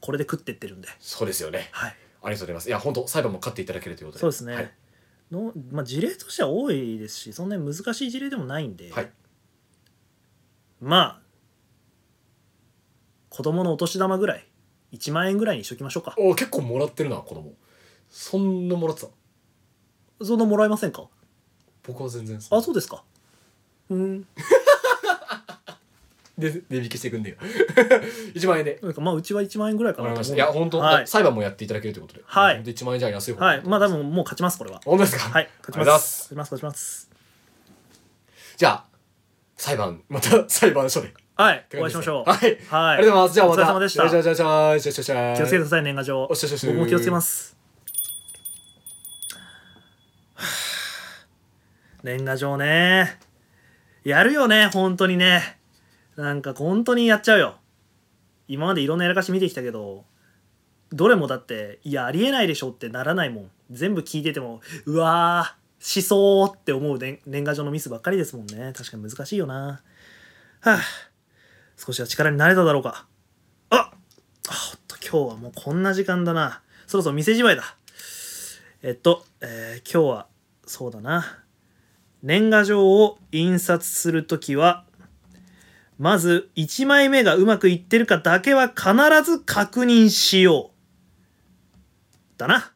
これで食ってってるんで
そうですよね
はい
ありがとうございますいや本当裁判も勝っていただけるということで
そうですね、
はい
のまあ、事例としては多いですしそんなに難しい事例でもないんで、
はい
まあ子供のお年玉ぐらい1万円ぐらいにしときましょうか
お結構もらってるな子供そんなもらってた
そんなもらえませんか
僕は全然
あそうですかうん
で値引きしていくんだよ 1万円で
なんかまあうちは1万円ぐらいか
わか
な
り
と
まし
思
た
う
いや本当、
はい、
裁判もやっていただけるということで
はい
本当1万円じゃ安い方
はい、まあ多分もう勝ちますこれは
本当ですか
はい勝ち
ありがとう
ま
ございます
勝
す
ちます勝ちます
じゃあ裁判また裁判所で
はいお会いしましょう
はい、
は
はい、
い
ありがとうございますじゃあま
お疲
た
れ様でした
じゃあじゃあじゃあじゃあじゃあじゃあ
気をつけてください年賀状
おっしゃおっしゃおっしゃ
僕も気をつけますはあ年賀状ねやるよね本当にねなんか本当にやっちゃうよ今までいろんなやらかし見てきたけどどれもだっていやありえないでしょってならないもん全部聞いててもうわーしそうって思う年年賀状のミスばっかりですもんね確かに難しいよなはあ少しは力になれただろうかああほっと今日はもうこんな時間だなそろそろ店じまいだえっと、えー今日はそうだな年賀状を印刷するときはまず1枚目がうまくいってるかだけは必ず確認しようだな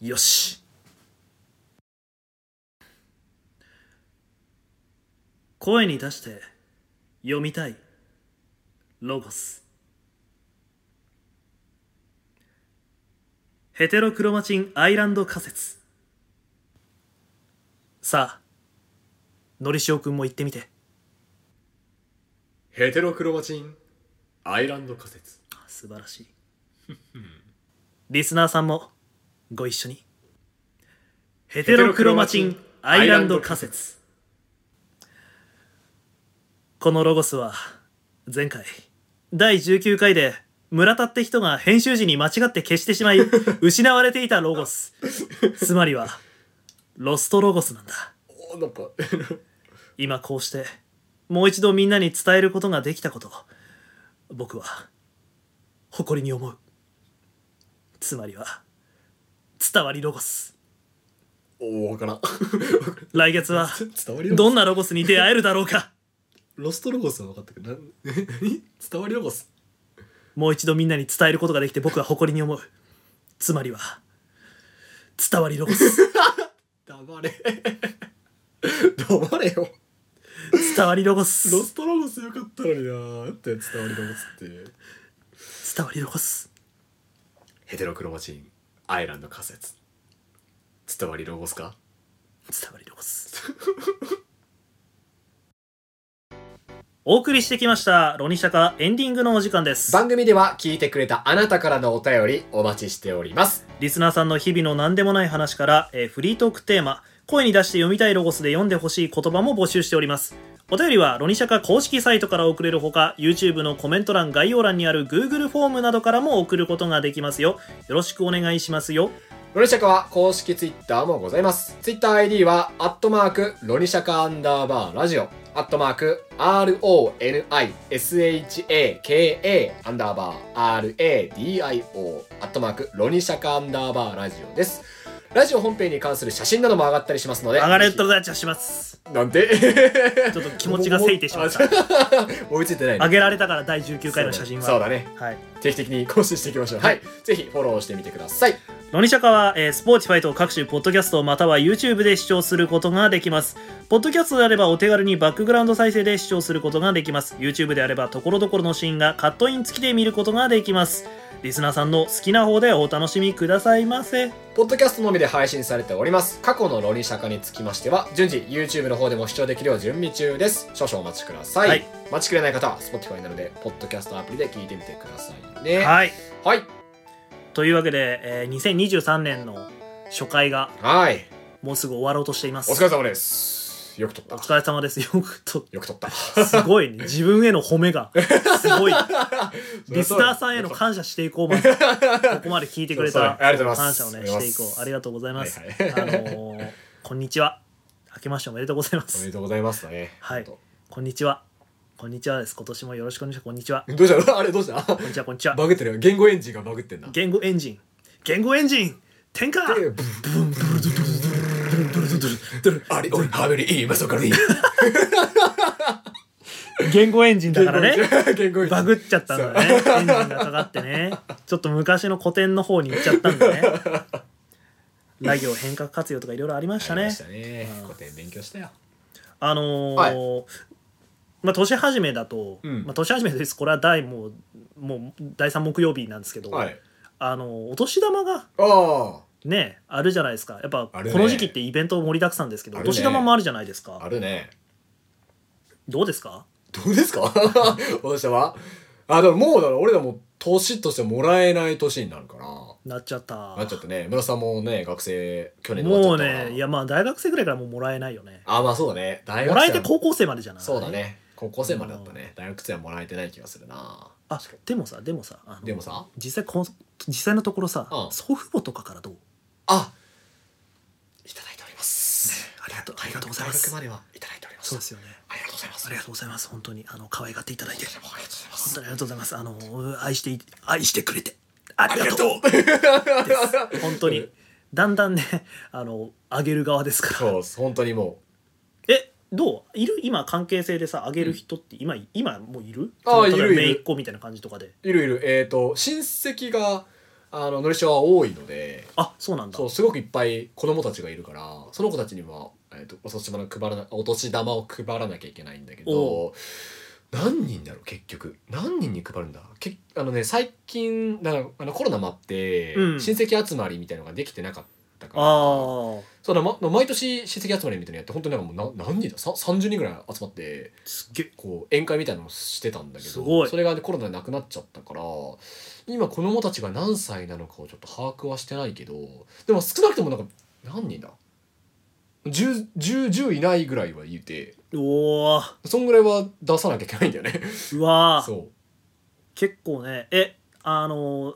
よし声に出して読みたいロゴスヘテロクロマチンアイランド仮説さあのりしおくんも言ってみて
ヘテロクロマチンアイランド仮説
素晴らしい リスナーさんもご一緒にヘテロクロマチンアイランド仮説このロゴスは前回第19回で村田って人が編集時に間違って消してしまい失われていたロゴ スつまりはロストロゴスなんだ
おなんか
今こうしてもう一度みんなに伝えることができたことを僕は誇りに思うつまりは伝わりロゴス
おわからん
来月は
伝わりロゴス
どんなロゴスに出会えるだろうか
ロストロゴスは分かったけどな 何伝わりロゴス
もう一度みんなに伝えることができて僕は誇りに思うつまりは伝わりロゴス
黙れ 黙れよ
伝わりロゴ
ロ
ス
ストロゴスよかったのになーって伝わりロゴスって
伝わりロゴス
ヘテロクロマチンアイランド仮説伝わりロゴスか
伝わりロゴスお送りしてきました「ロニシャカ」エンディングのお時間です
番組では聞いてくれたあなたからのお便りお待ちしております
リスナーさんの日々の何でもない話から、えーフリートークテーマ、声に出して読みたいロゴスで読んでほしい言葉も募集しております。お便りは、ロニシャカ公式サイトから送れるほか、YouTube のコメント欄、概要欄にある Google フォームなどからも送ることができますよ。よろしくお願いしますよ。
ロニシャカは公式ツイッターもございますツイッター ID はアットマークロニシャカアンダーバーラジオアットマーク RONISHAKA アンダーバー RADIO アットマークロニシャカアンダーバーラジオですラジオ本編に関する写真なども上がったりしますので
上がれとダッチはします。
なんて
ちょっと気持ちがせいてしまった
追いついてないね
上げられたから第19回の写真は。
そうだね
はい。
定期的に更新していきましょうはいぜひフォローしてみてください
のにしゃかは、えー、スポーティファイと各種ポッドキャストまたは YouTube で視聴することができます。ポッドキャストであればお手軽にバックグラウンド再生で視聴することができます。YouTube であればところどころのシーンがカットイン付きで見ることができます。リスナーさんの好きな方でお楽しみくださいませ。
ポッドキャストのみで配信されております。過去のロリシャカにつきましては、順次 YouTube の方でも視聴できるよう準備中です。少々お待ちください。
はい
待ちきれない方は Spotify などで、ポッドキャストアプリで聞いてみてくださいね。
はい。
はい。
というわけで、えー2023年の初回が
はい。
もうすぐ終わろうとしています。
お疲れ様です。よく撮っ
お
た。
疲れ様です。よくと、
よく撮った。
すごいね。自分への褒めが、すごい。 リスナーさ んへの
感
感謝していこうまずここまで聞いてくれたら
そうそうありがとうございま
感
す
謝をね
ありがとうご
し
ざ
て
い
い
ます
こうありがとうございます、
はいはい
あのーこんにちは明けましておめでとうございま
おめ
す
でとうございますだね。
はい
本
こんにちはこんにちはです今年もよろしくお願いしますこんにちは
当どうしたあれどうした
こんにちはこんにちは
バグってるよ。言語エンジンがバグってんだ。
言語エンジン言語エンジン転換
ブンブルあれ、おい、ハメリいい、今そこからいい。
言語エンジンだからね
言語エンジン
バグっちゃったんだねエンジンがかかってねちょっと昔の古典の方に行っちゃったん だねラ行変革活用とかいろいろありました
あり
ね
ましたね。古典勉強したよ。
あのーまあ年始めだと、
うん
まあ年始めですこれは第もうもう第3木曜日なんですけど、
はい。
あのーお年玉が
あ
ねあるじゃないですかやっぱ
あるね
この時期ってイベント盛りだくさんですけど、
あ
お
るね
年玉もあるじゃないです
あ、あ
か
るね。
どうですか
どうですか私はあ、でももうだろ、俺らもう年としてもらえない年になるから。
なっちゃった
なっちゃってね、村さんもね、学生、去年で終
も
わ
う
っちゃったから
ねいやまあ大学生ぐらいからもうもらえないよね
あ、まあそうだね。大
も
学
ら
生
えて
は
高校生までじゃない
そうだね。高校生までだったね。大学生はもらえてない気がするな。
あでもさでもさあの
でもさ、
実際この実際のところさ、
うん
祖父母とかからどう
あいただいております。
ありがとうありがとうございます
大学まではいただいております。
そうですよね
ありがとうございます。
ありがとうございます本当にあの可愛がっていただいて
ありがとうございま
本
す。
当にありがとうございます。あの愛してい愛してくれてありがとう
ありがとう。
本当にだんだんねあのあげる側ですか
そう
ら。
です。本当にも
えどういる今関係性でさあげる人って今、今もういる？
あー
その例えば
いるいる
姪っ子みたいな感じとかで。
ういるいる。えっ、と親戚があののりしおは多いので。
あそうなんだ
そ。うすごくいっぱい子供たちがいるからその子たちには、えー、とお年玉の配らなお年玉を配らなきゃいけないんだけ
お
ど何人だろう結局何人に配るんだけあのね最近だからあのコロナもあって、
うん
親戚集まりみたいのができてなかったから
ああ
そうだ、ま、毎年親戚集まりみたいなのやって本当になんかもうな何人ださ30人ぐらい集まって
すっげえ
こう宴会みたいなのをしてたんだけ
すご
ど
い
それが、ね、コロナでなくなっちゃったから今子供たちが何歳なのかをちょっと把握はしてないけどでも少なくともなんか何人だ 10, 10, 10いないぐらいは言うて
おー
そんぐらいは出さなきゃいけないんだよね
うわー
そ
結構ねえあの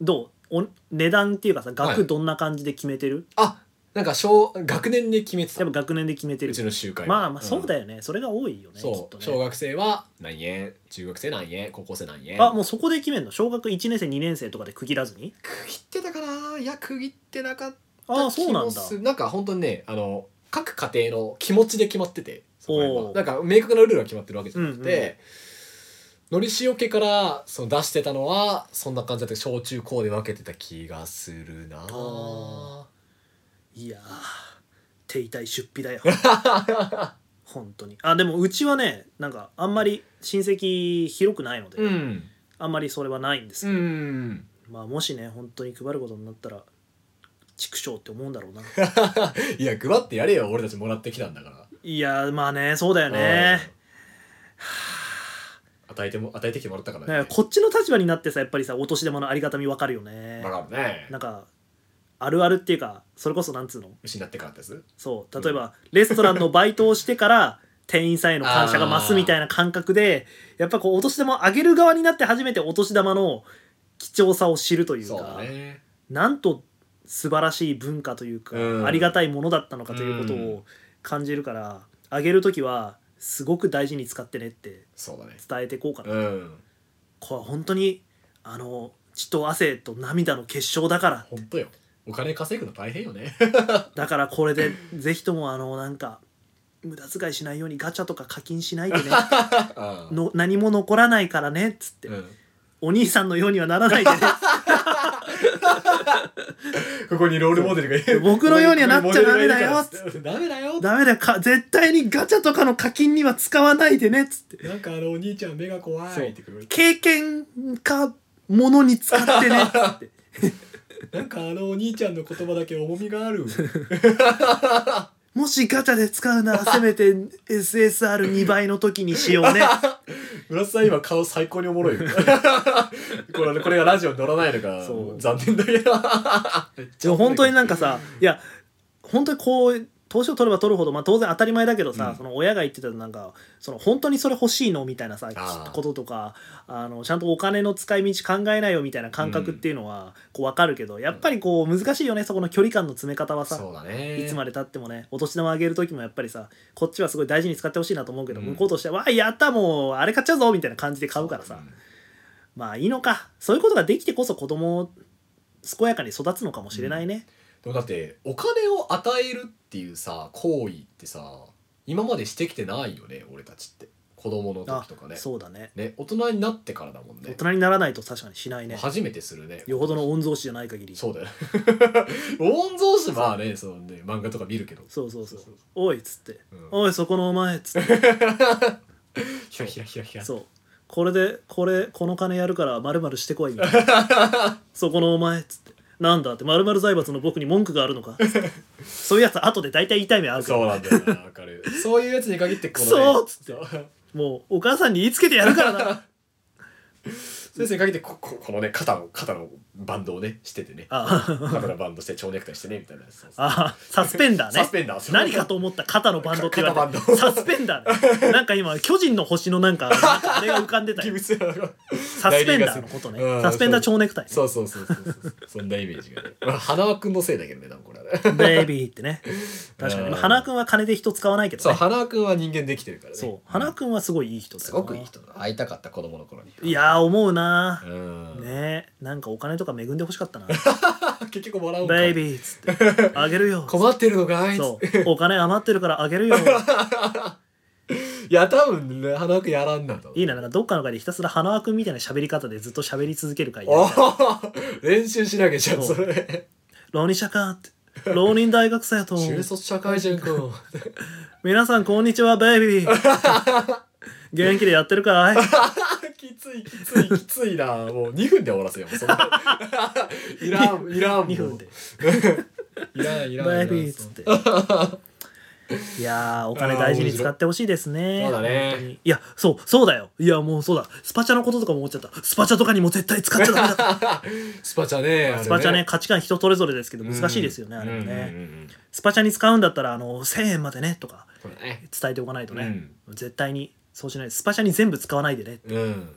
どうお値段っていうかさ
はい
額どんな感じで決めてる？
うあなんか小学年で決めてた
やっぱ学年で決めて
う
る
ち。の集会は
まあまあそうだよね、それが多いよね
そう
きっとね
小学生は何円中学生何円高校生何円
あもうそこで決めんの小学1年生2年生とかで区切らずに
区切ってたかないや区切ってなかった
ああそうなんだ
気もするなんか本当にねあの各家庭の気持ちで決まっててそこら辺
お
は
う
なんか明確なルールが決まってるわけじゃなくて、
うんうん
のりしおけからその出してたのはそんな感じだった小中高で分けてた気がするな
あいやー手痛い出費だ よ本当にあでもうちはねなんかあんまり親戚広くないので、
うん
あんまりそれはないんです
う
けど、
ん
まあもしね本当に配ることになったら畜生って思うんだろうな
いや配ってやれよ俺たちもらってきたんだから
いやーまあねそうだよね
うん与えても与えてきてもらったから
なんかこっちの立場になってさやっぱりさお年玉のありがたみわかるよね
わかるね
なんかあるあるっていうかそれこそなんつうの
失ってからです
そう例えば、レストランのバイトをしてから店員さんへの感謝が増すみたいな感覚でやっぱこうお年玉をあげる側になって初めてお年玉の貴重さを知るという
そう
か
だね
なんと素晴らしい文化というか、
うん
ありがたいものだったのかということを感じるから、あげる時はすごく大事に使ってねって
そうだね
伝えていこうかな、
うん
これは本当にあの血と汗と涙の結晶だから
本当よお金稼ぐの大変よね
だからこれでぜひともあのなんか無駄遣いしないようにガチャとか課金しないでね
あ
の何も残らないからねっつって、
うん
お兄さんのようにはならないでね
ここにロールモデルがいる
僕のようにはなっちゃダメだよ
ここにモデルがいるからダメだよ
ダメだよか絶対にガチャとかの課金には使わないでねっつって
なんかあのお兄ちゃん目が怖いって言われて
経験かものに使ってねっつって
なんかあのお兄ちゃんの言葉だけ重みがあ る
もしガチャで使うならせめて SSR2 倍の時にしようね
村瀬さん今顔最高にお もろいよこれこれがラジオに乗らないのが
そう
残念 だけど
でも本当になんかさいや本当にこう投資を取れば取るほど、まあ、当然当たり前だけどさ、
うん
その親が言ってたなんかその本当にそれ欲しいのみたいなさ
ー
こととかあのちゃんとお金の使い道考えないよみたいな感覚っていうのはこう分かるけど、やっぱりこう難しいよねそこの距離感の詰め方はさ。
そうだね
いつまでたってもねお年玉あげる時もやっぱりさこっちはすごい大事に使ってほしいなと思うけど、
うん
向こうとしては「わあやったもうあれ買っちゃうぞ」みたいな感じで買うからさ、
ん
まあいいのかそういうことができてこそ子供を健やかに育つのかもしれないね。
でもだってお金を与えるっていうさ行為ってさ今までしてきてないよね俺たちって子供の時とかね
そうだね
ね大人になってからだもん
大
ね
人にならないと確かにしないね
初めてするね
よほどの御曹司じゃない限り
そうだよ 御曹司はねそのね漫画とか見るけど
そうそうそう
そうそうそう
おいっつって、
うん
おいそこのお前っ つって
ひらひらひらひら
そうこれでこれこの金やるからまるまるしてこいみたいな そこのお前っつってなんだってまるまる財閥の僕に文句があるのかつ ってそういうやつ後で大体痛い目あるから
そうなんだよなわかるそういうやつに限ってこのね
そうっつ
そう
もうお母さんに言いつけてやるから な
そういうやつに限ってこここのね肩の肩のバンドをねしててね
あ
肩のバンドして蝶ネクタイしてねみたいなやつそうそう
あサスペンダーね
サスペンダーそう
何かと思った肩のバンドって言われ
か
て
肩バンド
サスペンダー、ね、なんか今巨人の星のなんかなんかあれが浮かんでた
ギ
よ
ブスやな
サスペンダーのことね
うん
サスペンダー蝶ネクタイね
そうそうそうそうそうそんなイメージがねまあ花輪君のせいだけどね多分 これはね
ベイビーってね確か
う
に
ん
まあ花輪君は金で人使わないけど
そう
ね
花輪君は人間できてるからね
そう花輪君はすごいいい人だよな
すごくいい人だ会いたかった子供の頃に
いやー思うな
うん
ねなんかお金とか恵んでほしかったな
結局笑うんか
ベイビーっつってあげる よ
困ってるのかい
そうお金余ってるからあげるよ
いや多分ね花輪君やらんなんだ
いいななんかどっかの会でひたすら花輪君みたいな喋り方でずっと喋り続ける会
おー練習しなきゃじゃん
そ
そうれ
浪人社かって浪人大学生やと
中卒社会人君
皆さんこんにちはベイビー 元気でやってるかい
きついきついきついなもう2分で終わらせようそんな いらんいらんもう
2分で
いらんいらんい
バ
ら
イ
ん
ビーっつって。 いやーお金大事に使ってほしいですね。
あー面白いそうだね
本当にいやそうそうだよ。いやもうそうだ。スパチャのこととかも思っちゃった。スパチャとかにも絶対使っちゃダメ だ。
スパチャねあれね
スパチャね価値観人それぞれですけど難しいですよね、
うん
あれもね、
うんうんうん
スパチャに使うんだったらあの1000円までねとか
そうだね
伝えておかないとね、絶対にそうしないスパチャに全部使わないでね
うん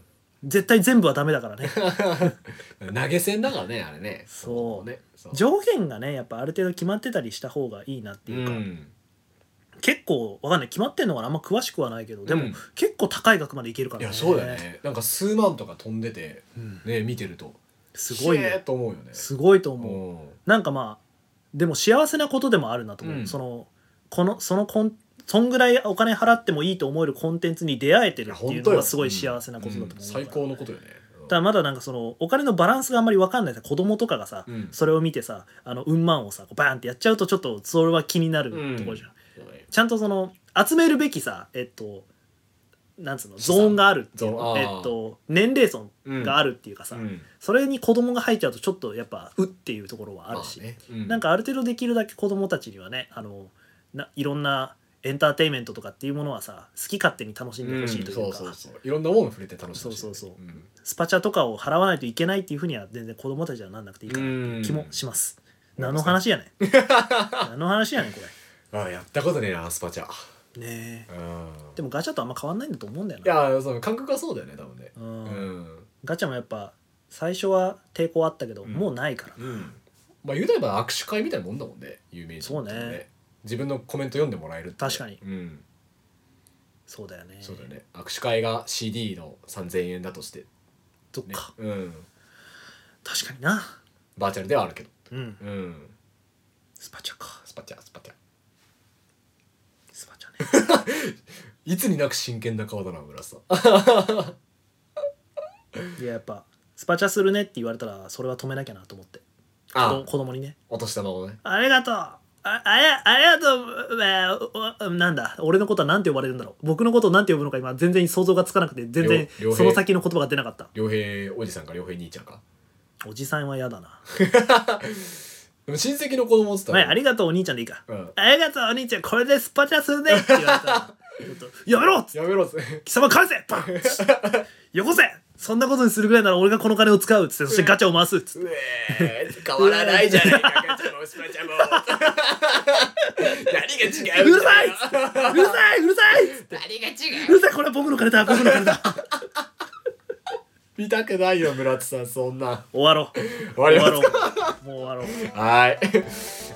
絶対全部はダメだ からね
投げ銭だからねあれね
そう
ねそう
上限がねやっぱある程度決まってたりした方がいいなっていうか、
ん
結構わかんない決まってんのかなあんま詳しくはないけどでも、
うん
結構高い額までいけるか
い
ら
やそうだよねなんか数万とか飛んでて
うん
ね見てると
すごい
ひえー
ね
と思うよね
すごいと
う
思う、
ん
なんかまあでも幸せなことでもあるなと思う、
うん
そのこのそのコンそんぐらいお金払ってもいいと思えるコンテンツに出会えて
い
る
や
っていう
本
の
当
が
よ
すごい幸せなことだと思う、
ん最高のことよねうん
ただまだなんかそのお金のバランスがあんまり分かんないさ子供とかがさ、
うん
それを見てさあのうんまんをさこうバーンってやっちゃうとちょっとそれは気になるところじゃん、
そうだね
ちゃんとその集めるべきさえっとなんつうのゾーンがあるっていう
ゾーンあ
の
ー
えっと年齢層があるっていうかさ、
うん
それに子供が入っちゃうとちょっとやっぱうっていうところはあるし、
まねうん
なんかある程度できるだけ子供たちにはねあのないろんなエンターテインメントとかっていうものはさ好き勝手に楽しんでほしいというか、
うんそうそうそういろんなもの触れて楽しんでほしい
そうそうそうんスパチャとかを払わないといけないっていうふうには全然子供たちはなんなくていいかなって気もします。
うん
何の話 やねん何の話やねんこ
あやったことねえなスパチャ
れ。ねえ
うん
でもガチャとあんま変わんないんだと思うんだよ
い
な。
やその感覚がそうだよね多分ね
う
うんん
ガチャもやっぱ最初は抵抗あったけど、
ん
もうないから
うんまあ言うたら握手会みたいなもんだもんね有名人
そうね
って自分のコメント読んでもらえるって
確かに
うん
そうだよね
そうだよね握手会が CD の3000円だとして、
そっ
ね
か、
うん、
確かにな
バーチャルではあるけど、
うん
うん、
スパチャか
スパチャスパチャ
スパチ ャね
いつになく真剣な顔だな村瀬さん
いややっぱスパチャするねって言われたらそれは止めなきゃなと思って子
あ
供子供にね
お年玉をね
「ありがとうああれありがとう、えーおおなんだ俺のことは何て呼ばれるんだろう僕のことを何て呼ぶのか今全然想像がつかなくて全然
両両兵
その先の言葉が出なかった
良平おじさんか良平兄ちゃんか
おじさんは嫌だな
でも親戚の子供っつ
「
った
前
ら、
ありがとうお兄ちゃん」でいいか
う
「
ん
ありがとうお兄ちゃんこれでスパチャするね」って言われた らちょっと「やめろ!」っつって
やめろっつって
貴様返せパンよこせそんなことにするぐらいなら俺がこの金を使うっつってそしてガチャを回すっつって
うえー変わらないじゃないかガチャもスパチャも何が違
う
う
るさいっつってうるさいうるさいっつって
何が
う
違
るさいこれは僕の金だ僕の金だ
見たくないよ村津さんそんな
終わろう
終わります
終わろうもう終わろう
はい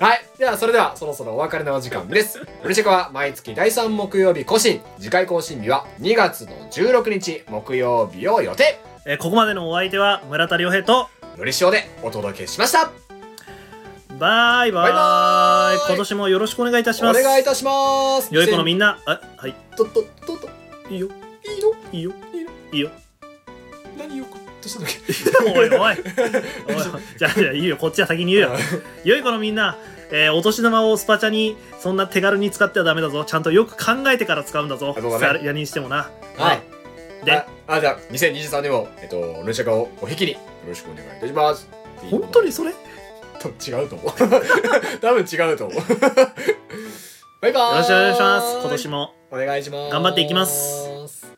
はいではそれではそろそろお別れのお時間です「うるしこ」は毎月第3木曜日更新次回更新日は2月の16日木曜日を予定
えーここまでのお相手は村田亮平と
のりしおでお届けしました
バイバ
バイバ
イ
ーイ
今年もよろしくお願いいたし
お
ます
願いいたします
良い子のみんなあはい
とととと
いいよ
いいの
いいよ
いいの
いいよ
何をこどうしたんだっけ
おいおいおいじゃあじゃあいいよこっちは先に言うよ良い子のみんな、えーお年玉をスパチャにそんな手軽に使ってはダメだぞちゃんとよく考えてから使うんだぞ
あそうだね
やにしてもな
はい
いで
ああじゃあ2023年もえっとルシャカをお引きによろしくお願いいたします
本当にそれよ
多分違うと思う 多分違うと思うバイバーイ
ろしくお願いします今年も
お願いします
頑張っていきます